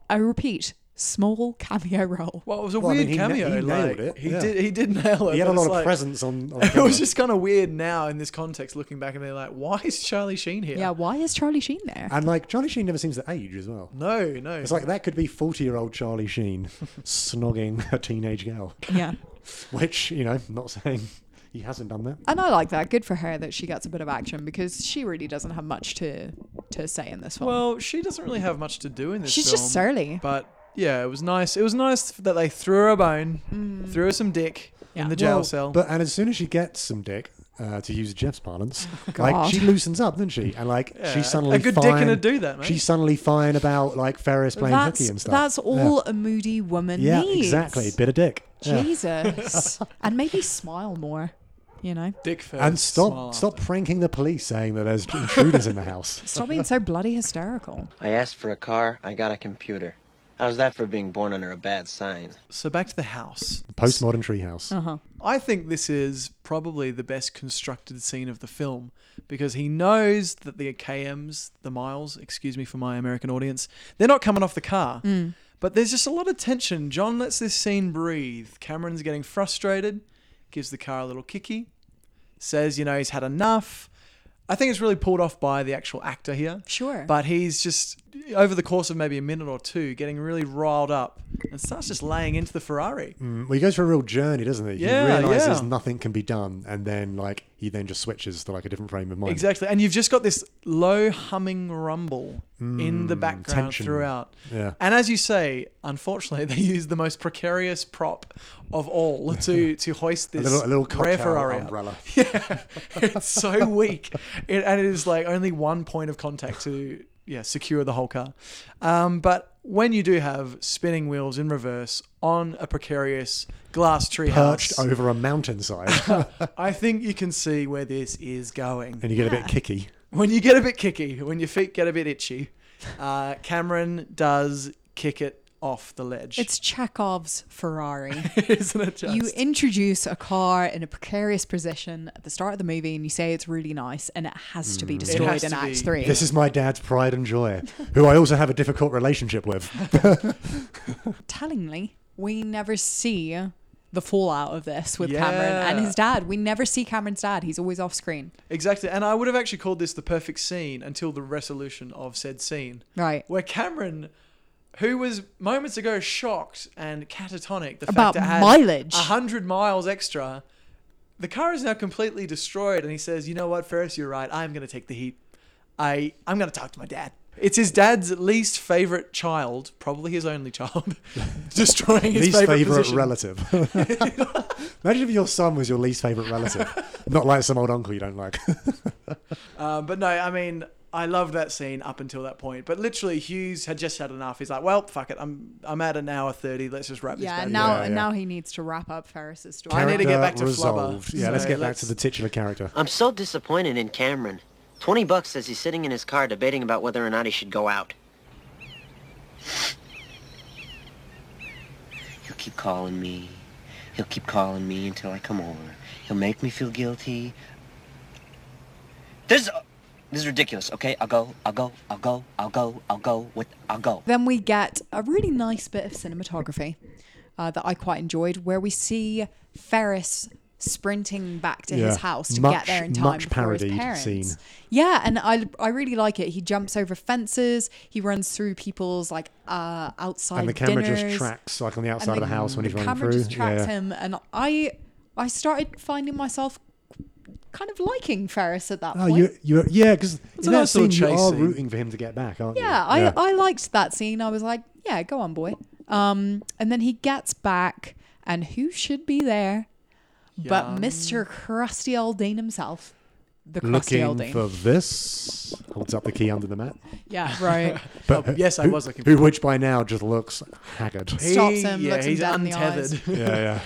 Speaker 3: I repeat, small cameo role.
Speaker 2: Well, it was a
Speaker 4: Well, I
Speaker 2: weird
Speaker 4: mean, he na-
Speaker 2: cameo.
Speaker 4: he
Speaker 2: like,
Speaker 4: nailed it,
Speaker 2: He
Speaker 4: yeah.
Speaker 2: did. He did nail it.
Speaker 4: He had a
Speaker 2: but
Speaker 4: lot
Speaker 2: it's
Speaker 4: of
Speaker 2: like-
Speaker 4: presence on. on
Speaker 2: [LAUGHS] it
Speaker 4: camera.
Speaker 2: was just kind of weird now in this context, looking back and being like, why is Charlie Sheen here?
Speaker 3: Yeah, why is Charlie Sheen there?
Speaker 4: and like Charlie Sheen never seems to age as well.
Speaker 2: No, no.
Speaker 4: It's like that could be forty-year-old
Speaker 2: [LAUGHS]
Speaker 4: Charlie Sheen snogging a teenage girl,
Speaker 3: [LAUGHS] yeah.
Speaker 4: [LAUGHS] which you know, not saying he hasn't done that.
Speaker 3: And I like that. Good for her that she gets a bit of action because she really doesn't have much to to say in this film.
Speaker 2: Well, she doesn't really have much to do in this.
Speaker 3: She's just
Speaker 2: film,
Speaker 3: surly.
Speaker 2: But yeah, it was nice. It was nice that they threw her a bone, threw her some dick
Speaker 3: Hmm. Yeah.
Speaker 2: in the jail
Speaker 4: Well,
Speaker 2: cell.
Speaker 4: But and as soon as she gets some dick, uh, to use Jeff's
Speaker 2: [LAUGHS]
Speaker 4: parlance.
Speaker 3: God.
Speaker 4: Like she loosens up, doesn't she? And like
Speaker 2: Oh, Yeah, a- a
Speaker 4: she's suddenly
Speaker 2: good dick
Speaker 4: fine.
Speaker 2: and a do that, mate.
Speaker 4: She's suddenly fine about like Ferris playing hooky and
Speaker 3: That's
Speaker 4: stuff.
Speaker 3: that's
Speaker 4: Yeah.
Speaker 3: all a moody woman
Speaker 4: Yeah,
Speaker 3: needs.
Speaker 4: exactly. Bit of dick. Yeah. [LAUGHS]
Speaker 3: Jesus, and maybe smile more. You know,
Speaker 2: Dick first.
Speaker 4: And
Speaker 2: smile
Speaker 4: stop stop pranking the police saying that there's intruders in
Speaker 2: [LAUGHS]
Speaker 4: the house.
Speaker 3: stop being so bloody hysterical.
Speaker 1: I asked for a car, I got a computer. How's that for being born under a bad sign?
Speaker 2: after. So back to the house.
Speaker 4: Postmodern treehouse.
Speaker 2: Uh-huh. I think this is probably the best constructed scene of the film because he knows that the KMs, the miles, excuse me for my American audience, they're not coming off the car. But there's just a lot of tension. John lets this scene breathe. Cameron's getting frustrated, gives the car a little kicky, says, you know, he's had enough. I think it's really pulled off by the actual actor here.
Speaker 3: Sure.
Speaker 2: But he's just, over the course of maybe a minute or two, getting really riled up and starts just laying into the Ferrari.
Speaker 4: Mm, Well, he goes for a real journey, doesn't he?
Speaker 2: Yeah,
Speaker 4: he realizes
Speaker 2: yeah.
Speaker 4: nothing can be done, and then like he then just switches to like a different frame of mind.
Speaker 2: Exactly. And you've just got this low humming rumble in the background
Speaker 4: Mm, tension.
Speaker 2: throughout.
Speaker 4: Yeah.
Speaker 2: And as you say, unfortunately, [LAUGHS] they use the most precarious prop of
Speaker 4: [LAUGHS]
Speaker 2: all to, to hoist
Speaker 4: A
Speaker 2: this
Speaker 4: little, a little
Speaker 2: rare
Speaker 4: cocktail
Speaker 2: Ferrari up. [LAUGHS]
Speaker 4: umbrella.
Speaker 2: Yeah. it's so weak. It, and it is like only one point of contact to yeah secure the whole car. Um, but when you do have spinning wheels in reverse on a precarious glass
Speaker 4: Perched
Speaker 2: treehouse,
Speaker 4: over
Speaker 2: [LAUGHS]
Speaker 4: a mountainside,
Speaker 2: I think you can see where this is going
Speaker 4: and you get a bit kicky.
Speaker 2: when you get a bit kicky, when your feet get a bit itchy, uh, Cameron does kick it off the ledge.
Speaker 3: It's Chekhov's Ferrari.
Speaker 2: [LAUGHS] isn't it just?
Speaker 3: You introduce a car in a precarious position at the start of the movie and you say it's really nice and it has to be destroyed
Speaker 2: Mm. has
Speaker 3: in
Speaker 2: to
Speaker 3: Act
Speaker 2: be.
Speaker 3: 3.
Speaker 4: This is my dad's pride and joy, who I also have a difficult relationship with.
Speaker 3: Tellingly, we never see the fallout of this with Cameron and
Speaker 2: Yeah.
Speaker 3: his dad. We never see Cameron's dad. He's always off screen.
Speaker 2: exactly. And I would have actually called this the perfect scene until the resolution of said scene.
Speaker 3: Right.
Speaker 2: Where Cameron, who was moments ago shocked and catatonic, the
Speaker 3: About
Speaker 2: fact it had
Speaker 3: mileage.
Speaker 2: 100 miles extra, the car is now completely destroyed. And he says, You know what, Ferris, you're right. I'm going to take the heat. I I'm gonna talk to my dad. It's his dad's least favorite child, probably his only child, [LAUGHS] destroying [LAUGHS] his
Speaker 4: least
Speaker 2: favorite,
Speaker 4: favorite
Speaker 2: position. [LAUGHS]
Speaker 4: relative. Imagine if your son was your least favorite relative, not like some old uncle you don't like.
Speaker 2: Uh, but no, I mean, I loved that scene up until that point. But literally, Hughes had just had enough. He's like, "Well, fuck it. I'm I'm at an hour thirty. Let's just wrap
Speaker 3: Yeah,
Speaker 2: this." baby
Speaker 3: now
Speaker 2: up."
Speaker 4: Yeah, yeah.
Speaker 3: now he needs to wrap up Ferris's
Speaker 2: [LAUGHS]
Speaker 3: story.
Speaker 2: I need to get
Speaker 4: Character
Speaker 2: back to Flubber.
Speaker 4: resolved. Yeah, let's
Speaker 2: So
Speaker 4: get back
Speaker 2: let's- Oh
Speaker 4: to the titular character.
Speaker 1: I'm so disappointed in Cameron. 20 bucks says he's sitting in his car debating about whether or not he should go out. He'll keep calling me. He'll keep calling me until I come over. He'll make me feel guilty. This, uh, this is ridiculous, okay? I'll go, I'll go, I'll go, I'll go, I'll go, with, I'll go.
Speaker 3: Then we get a really nice bit of cinematography uh, that I quite enjoyed, where we see Ferris sprinting back to his
Speaker 4: Yeah.
Speaker 3: house to get
Speaker 4: Much-
Speaker 3: there in time
Speaker 4: much
Speaker 3: before his
Speaker 4: parodied
Speaker 3: parents.
Speaker 4: scene.
Speaker 3: Yeah, and I I really like it. He jumps over fences. He runs through people's like uh, outside.
Speaker 4: And the camera just
Speaker 3: dinners,
Speaker 4: tracks like on the
Speaker 3: and
Speaker 4: outside of the house when he's running
Speaker 3: camera
Speaker 4: through.
Speaker 3: just tracks him, and I I started finding myself kind of liking Ferris at that
Speaker 4: Oh,
Speaker 3: point.
Speaker 4: you, you, yeah, because in
Speaker 2: a
Speaker 4: that
Speaker 2: nice little
Speaker 4: scene you
Speaker 2: chase
Speaker 4: are
Speaker 2: scene.
Speaker 4: rooting for him to get back, aren't you?
Speaker 3: Yeah, I, I liked that scene. I was like, yeah, go on, boy. Um, and then he gets back, and who should be there but Mr. Crusty Old Dean himself? The Crusty Old
Speaker 4: looking
Speaker 3: Dean.
Speaker 4: for this. Holds up the key under the mat.
Speaker 3: yeah,
Speaker 4: [LAUGHS]
Speaker 3: right.
Speaker 4: But
Speaker 2: yes, I
Speaker 4: who-
Speaker 2: was looking for
Speaker 4: Who, which by now just looks haggard.
Speaker 2: [LAUGHS]
Speaker 4: yeah,
Speaker 3: Stops him,
Speaker 2: yeah,
Speaker 3: looks him
Speaker 2: he's
Speaker 3: dead in the
Speaker 2: untethered.
Speaker 4: yeah.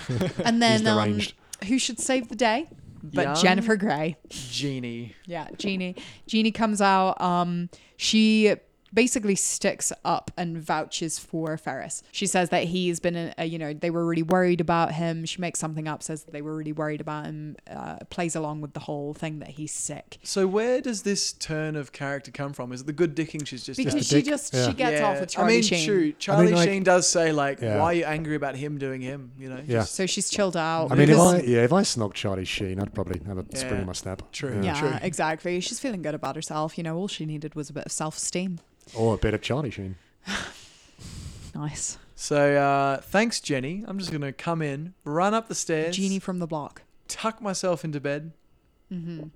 Speaker 3: And then um,
Speaker 4: deranged.
Speaker 3: who should save the day but
Speaker 2: Yum.
Speaker 3: Jennifer Grey?
Speaker 2: [LAUGHS] Genie.
Speaker 3: Yeah, Jeannie. Jeannie comes out. Um, she basically sticks up and vouches for Ferris. She says that he's been, in a, you know, they were really worried about him. She makes something up, says that they were really worried about him, uh, plays along with the whole thing that he's sick.
Speaker 2: So where does this turn of character come from? Is it the good dicking she's just
Speaker 3: Because
Speaker 2: doing?
Speaker 3: she
Speaker 4: dick.
Speaker 3: just,
Speaker 4: Yeah.
Speaker 3: she gets off with
Speaker 2: I
Speaker 3: Charlie
Speaker 2: mean,
Speaker 3: Sheen.
Speaker 2: shoot, Charlie
Speaker 4: like-
Speaker 2: Sheen does say like,
Speaker 4: Yeah.
Speaker 2: "Why are you angry about him doing him?" You know.
Speaker 4: Yeah.
Speaker 2: just-
Speaker 3: So she's chilled out.
Speaker 4: I mean, if
Speaker 3: Because-
Speaker 4: I yeah, if I snogged Charlie Sheen, I'd probably have a spring in my step.
Speaker 2: True.
Speaker 4: Yeah.
Speaker 3: yeah,
Speaker 2: true.
Speaker 3: exactly. She's feeling good about herself. You know, all she needed was a bit of self esteem.
Speaker 4: Or a bit of Charlie Sheen.
Speaker 3: Nice.
Speaker 2: So uh, thanks, Jenny. I'm just gonna come in, run up the stairs,
Speaker 3: Jeannie from the block
Speaker 2: tuck myself into bed. Done.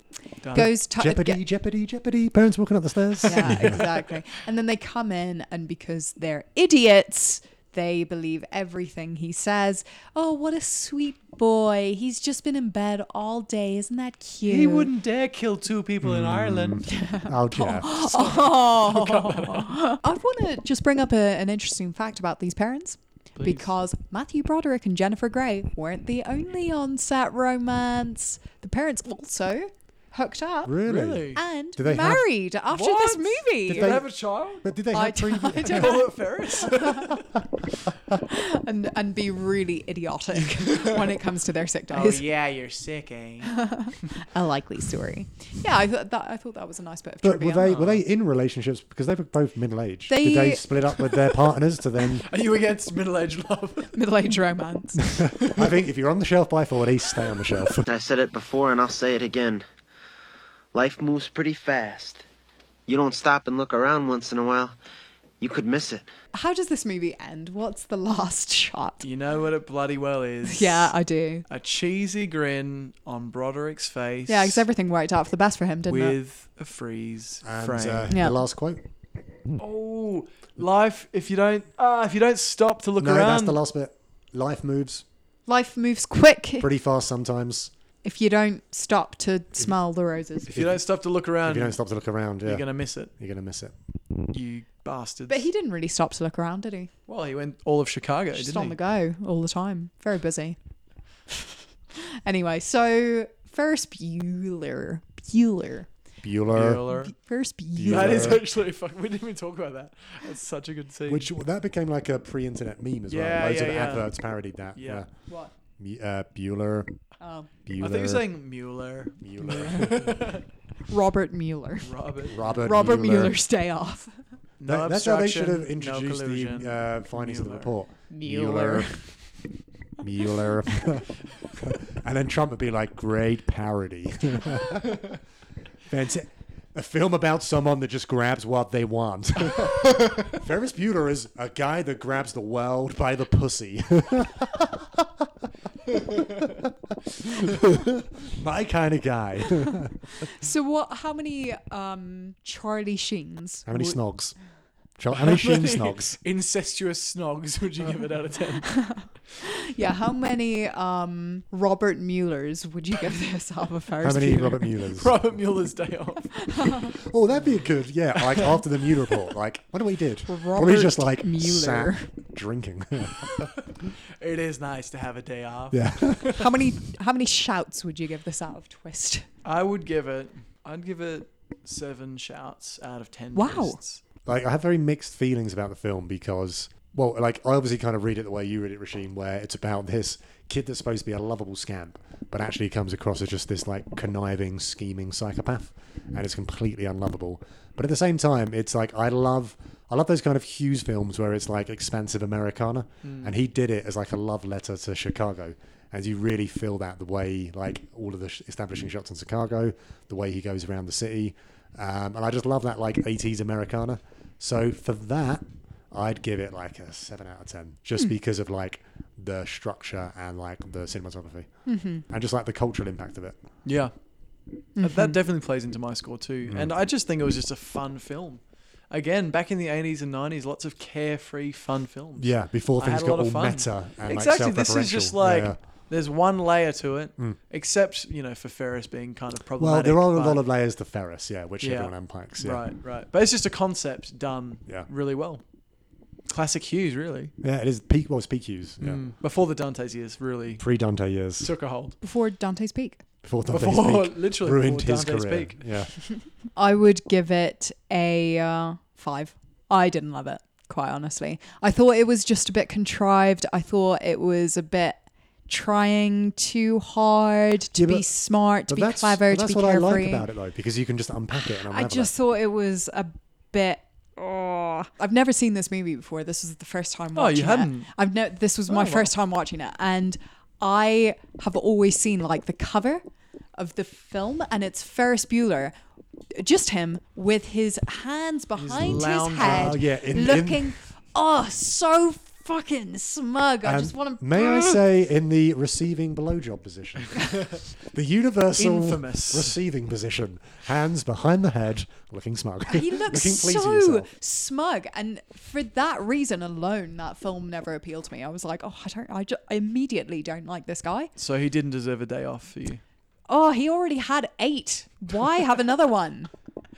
Speaker 3: goes to
Speaker 4: Jeopardy,
Speaker 3: get-
Speaker 4: Jeopardy, Jeopardy. Parents walking up the stairs.
Speaker 3: Yeah, exactly. And then they come in, and because they're idiots, They believe everything he says. Oh, what a sweet boy. He's just been in bed all day. Isn't that cute?
Speaker 2: He wouldn't dare kill two people
Speaker 4: Mm.
Speaker 2: in
Speaker 3: [LAUGHS]
Speaker 2: Ireland.
Speaker 4: [LAUGHS] Oh,
Speaker 3: [GASPS]
Speaker 4: Jeff.
Speaker 3: Oh. [LAUGHS] I want to just bring up a, an interesting fact about these parents. Because Matthew Broderick and Jennifer Grey weren't the only on set romance. The parents also hooked up
Speaker 4: Really?
Speaker 2: Really?
Speaker 3: and
Speaker 4: Did they have-
Speaker 3: married after this
Speaker 2: What?
Speaker 3: movie.
Speaker 4: Did
Speaker 2: They
Speaker 4: They-
Speaker 2: have a child?
Speaker 4: But did they
Speaker 3: I,
Speaker 4: have previous?
Speaker 3: [LAUGHS] I
Speaker 4: [LAUGHS]
Speaker 3: don't know.
Speaker 2: Call it Ferris.
Speaker 3: and, and be really
Speaker 2: [LAUGHS]
Speaker 3: idiotic when it comes to their sick days.
Speaker 2: Oh, yeah, you're sick, eh?
Speaker 3: A likely story. Yeah, I, th- that, I thought that was a nice bit of
Speaker 4: But were
Speaker 3: trivia.
Speaker 4: they were they in relationships because they were both middle aged?
Speaker 3: They-
Speaker 4: Did they split up with their partners to then?
Speaker 2: Are you against middle-aged love?
Speaker 3: Middle-aged romance.
Speaker 4: I think if you're on the shelf by forty, stay on
Speaker 2: [LAUGHS]
Speaker 4: the shelf.
Speaker 1: I said it before and I'll say it again. Life moves pretty fast. You don't stop and look around once in a while, you could miss it.
Speaker 3: How does this movie end? What's the last shot?
Speaker 2: [LAUGHS] You know what it bloody well is.
Speaker 3: Yeah, I do.
Speaker 2: A cheesy grin on Broderick's face.
Speaker 3: Yeah, because everything worked out for the best for him, didn't it?
Speaker 2: With a freeze
Speaker 4: And
Speaker 2: frame.
Speaker 4: uh,
Speaker 3: Yeah.
Speaker 4: the last quote.
Speaker 2: oh, life! If you don't, ah, if you don't stop to look
Speaker 4: No,
Speaker 2: around,
Speaker 4: that's the last bit. Life moves
Speaker 3: Life moves quick
Speaker 4: pretty fast sometimes.
Speaker 3: if you don't stop to smell the roses.
Speaker 2: if you don't stop to look
Speaker 4: If
Speaker 2: around,
Speaker 4: you
Speaker 2: you
Speaker 4: don't stop to look around, yeah,
Speaker 2: are gonna miss it.
Speaker 4: you're gonna miss it.
Speaker 2: You bastards.
Speaker 3: But he didn't really stop to look around, did he?
Speaker 2: Well, he went all of Chicago,
Speaker 3: Just
Speaker 2: didn't
Speaker 3: on
Speaker 2: he?
Speaker 3: the go all the time. Very busy. [LAUGHS] anyway, so Ferris Bueller. Bueller.
Speaker 4: Bueller,
Speaker 2: Bueller.
Speaker 3: Ferris
Speaker 2: uh, That
Speaker 3: Bueller.
Speaker 2: is actually fuck. We didn't even talk about that. That's such a good scene.
Speaker 4: uh, which that became like a pre-internet meme as
Speaker 2: Yeah,
Speaker 4: well. Loads
Speaker 2: yeah,
Speaker 4: of
Speaker 2: yeah.
Speaker 4: adverts parodied that.
Speaker 2: Yeah.
Speaker 4: Yeah,
Speaker 3: What?
Speaker 4: M- Uh, Bueller,
Speaker 3: Oh.
Speaker 4: Bueller,
Speaker 2: I think you're saying Mueller,
Speaker 4: Bueller,
Speaker 3: Robert Mueller.
Speaker 2: [LAUGHS] Robert.
Speaker 4: Robert,
Speaker 3: Robert
Speaker 4: Mueller.
Speaker 3: Mueller's Day Off.
Speaker 2: No
Speaker 4: That- that's how they should have
Speaker 2: obstruction, no
Speaker 4: introduced
Speaker 2: collusion.
Speaker 4: the uh, findings of the
Speaker 2: Mueller.
Speaker 4: report.
Speaker 3: Mueller.
Speaker 4: Mueller. and then Trump would be like, great parody. Fanta- a film about someone that just grabs what they want. Ferris Bueller is a guy that grabs the world by the pussy. My kind of guy.
Speaker 3: [LAUGHS] So what? How many um Charlie Sheens?
Speaker 4: [LAUGHS] How many snogs? Cho-
Speaker 2: [LAUGHS]
Speaker 4: How many shin snogs?
Speaker 2: Incestuous snogs. Would you give it out of
Speaker 4: [LAUGHS]
Speaker 2: ten?
Speaker 3: Yeah, how many um Robert Muellers would you give this album
Speaker 4: How
Speaker 3: first?
Speaker 4: many Robert Muellers?
Speaker 2: Robert Mueller's day off.
Speaker 4: Oh, that'd be a good, yeah. Like after the Mueller report, like what do we did? Probably
Speaker 3: [LAUGHS] Robert
Speaker 4: just like
Speaker 3: Mueller.
Speaker 4: sat drinking. [LAUGHS]
Speaker 2: It is nice to have a day off.
Speaker 4: yeah,
Speaker 3: How many how many shouts would you give this out of twist?
Speaker 2: I would give it. I'd give it seven shouts out of ten.
Speaker 3: Wow.
Speaker 2: twists.
Speaker 4: like I have very mixed feelings about the film because, well, like I obviously kind of read it the way you read it, Rasheen, where it's about this kid that's supposed to be a lovable scamp, but actually comes across as just this like conniving, scheming psychopath, and it's completely unlovable. But at the same time, it's like I love. I love those kind of Hughes films where it's like expansive Americana,
Speaker 3: Hmm.
Speaker 4: and he did it as like a love letter to Chicago. and you really feel that the way like all of the sh- establishing shots in Chicago, the way he goes around the city, um, and I just love that like 80s Americana. So for that, I'd give it like a seven out of ten,
Speaker 2: Hmm.
Speaker 4: just because of like the structure and like the cinematography,
Speaker 2: Mm-hmm.
Speaker 4: and just like the cultural impact of it.
Speaker 2: Yeah. Uh, That definitely plays into my score too.
Speaker 4: Mm.
Speaker 2: And I just think it was just a fun film. Again, back in the 80s and 90s, lots of carefree, fun films.
Speaker 4: Yeah, before
Speaker 2: I had
Speaker 4: things
Speaker 2: a
Speaker 4: got
Speaker 2: lot of
Speaker 4: all
Speaker 2: fun.
Speaker 4: meta and
Speaker 2: exactly.
Speaker 4: like
Speaker 2: this is just like there's one layer to it, except, you know, for Ferris being kind of
Speaker 4: Hmm. well,
Speaker 2: problematic.
Speaker 4: there are a
Speaker 2: but-
Speaker 4: lot of layers to Ferris, yeah, which
Speaker 2: Yeah.
Speaker 4: everyone unpacks. Yeah.
Speaker 2: Right, right. But it's just a concept done
Speaker 4: Yeah.
Speaker 2: really well. Classic Hughes, really.
Speaker 4: yeah, it is peak. Well, it's peak Hughes. Yeah,
Speaker 2: Before the Dante's years really
Speaker 4: pre Dante years.
Speaker 2: took a hold.
Speaker 3: Before Dante's Peak.
Speaker 4: before Dante's
Speaker 2: Before,
Speaker 4: Peak
Speaker 2: [LAUGHS] literally,
Speaker 4: ruined
Speaker 2: before
Speaker 4: his
Speaker 2: Dante's
Speaker 4: career.
Speaker 2: Peak.
Speaker 4: Yeah,
Speaker 3: I would give it a uh, five. I didn't love it, quite honestly. I thought it was just a bit contrived. I thought it was a bit trying too hard to
Speaker 4: Yeah,
Speaker 3: be
Speaker 4: but-
Speaker 3: smart, to
Speaker 4: but
Speaker 3: be
Speaker 4: that's,
Speaker 3: clever,
Speaker 4: but
Speaker 3: to
Speaker 4: that's
Speaker 3: be
Speaker 4: what
Speaker 3: carefree.
Speaker 4: I like about it though, because you can just unpack it and
Speaker 3: I
Speaker 4: unravel
Speaker 3: just thought it was a bit. Oh, I've never seen this movie before. This was the first time.
Speaker 2: Oh,
Speaker 3: Watching
Speaker 2: you hadn't?
Speaker 3: It. I've no. This was my first time watching it, and I have always seen like the cover of the film, and it's Ferris Bueller, just him with his hands behind his
Speaker 2: lounging.
Speaker 3: head,
Speaker 4: Oh, yeah, in- in-
Speaker 3: looking. Oh, so fucking smug. I
Speaker 4: Um,
Speaker 3: just want to.
Speaker 4: May
Speaker 3: [LAUGHS]
Speaker 4: I say, in the receiving blowjob position, the universal
Speaker 2: Infamous.
Speaker 4: receiving position, hands behind the head, looking smug. [LAUGHS]
Speaker 3: He looks
Speaker 4: looking pleased with
Speaker 3: so
Speaker 4: yourself.
Speaker 3: smug, and for that reason alone, that film never appealed to me. I was like, oh, I don't, I, ju- I immediately don't like this guy.
Speaker 2: So he didn't deserve a day off for you.
Speaker 3: Oh, he already had eight. Why have another one?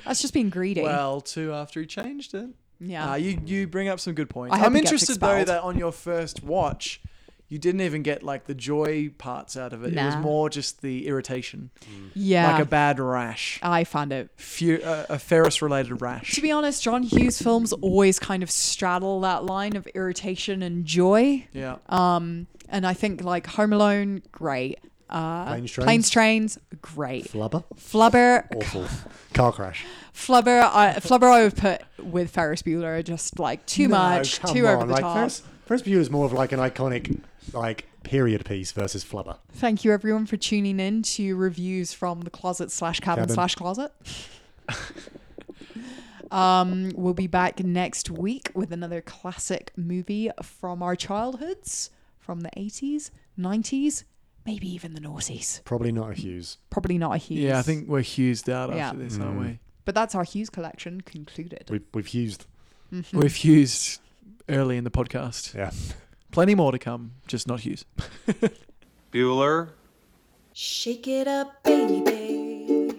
Speaker 3: That's just being greedy.
Speaker 2: Well, two after he changed it.
Speaker 4: uh,
Speaker 3: Yeah.
Speaker 2: Ah, you you bring up some good points.
Speaker 3: I hope
Speaker 2: I'm
Speaker 3: he gets
Speaker 2: interested though
Speaker 3: expelled.
Speaker 2: that on your first watch, you didn't even get like the joy parts out of it. It was
Speaker 3: Nah.
Speaker 2: more just the irritation,
Speaker 3: yeah,
Speaker 2: like a bad rash,
Speaker 3: I found it
Speaker 2: Fu- uh, a Ferris related rash.
Speaker 3: To be honest, John Hughes films always kind of straddle that line of irritation and joy.
Speaker 2: yeah.
Speaker 3: Um, and I think like Home Alone, great. Uh,
Speaker 4: Planes, Trains?
Speaker 3: Planes, Trains, great. [LAUGHS]
Speaker 4: Flubber?
Speaker 3: Flubber,
Speaker 4: Awful. Car crash.
Speaker 3: Flubber, I, Flubber, I would put with Ferris Bueller, just like too much,
Speaker 4: No, come
Speaker 3: too over
Speaker 4: on,
Speaker 3: the
Speaker 4: like,
Speaker 3: top.
Speaker 4: Ferris, Ferris Bueller is more of like an iconic, like, period piece versus flubber.
Speaker 3: Thank you everyone for tuning in to reviews from the closet slash cabin
Speaker 4: Cabin.
Speaker 3: slash
Speaker 4: [LAUGHS]
Speaker 3: closet. um, we'll be back next week with another classic movie from our childhoods, from the eighties, nineties, maybe even the noughties.
Speaker 4: Probably not a Hughes.
Speaker 3: Probably not a Hughes.
Speaker 2: yeah, I think we're hughesed out
Speaker 3: Yeah.
Speaker 2: after this, aren't we?
Speaker 3: But that's our Hughes collection concluded.
Speaker 4: We've, we've used.
Speaker 3: Mm-hmm.
Speaker 2: We're fused early in the podcast.
Speaker 4: Yeah.
Speaker 2: Plenty more to come, just not Hughes.
Speaker 7: Bueller?
Speaker 9: Shake it up, baby.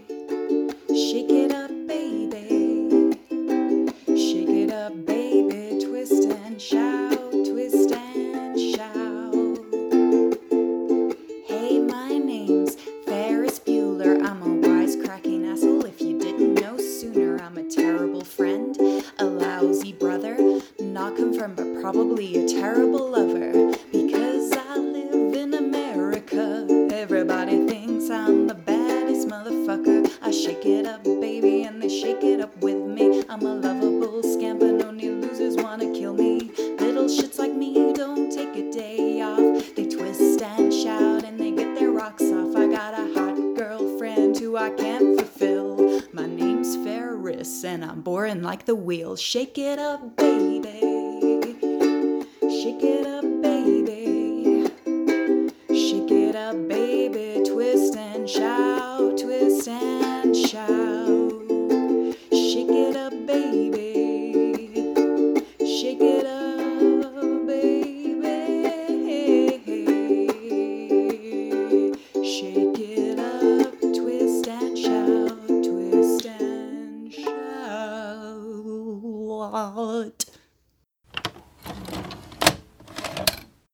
Speaker 9: Shake it up, baby. Shake it up, baby. Twist and shout, twist and shout. Hey, my name's Ferris Bueller. I'm a wisecracking asshole. If you didn't know sooner, I'm a terrible friend, a lousy brother, not confirmed, but probably a terrible lover. Because I live in America, everybody thinks I'm the baddest motherfucker. I shake it up, baby, and they shake it up with me. I'm a lovable scamper, no new losers wanna kill me. Little shits like me don't take a day off. They twist and shout and they get their rocks off. I got a hot girlfriend who I can't fulfill. My name's Ferris and I'm boring like the wheel. Shake it up, baby. Shake it up,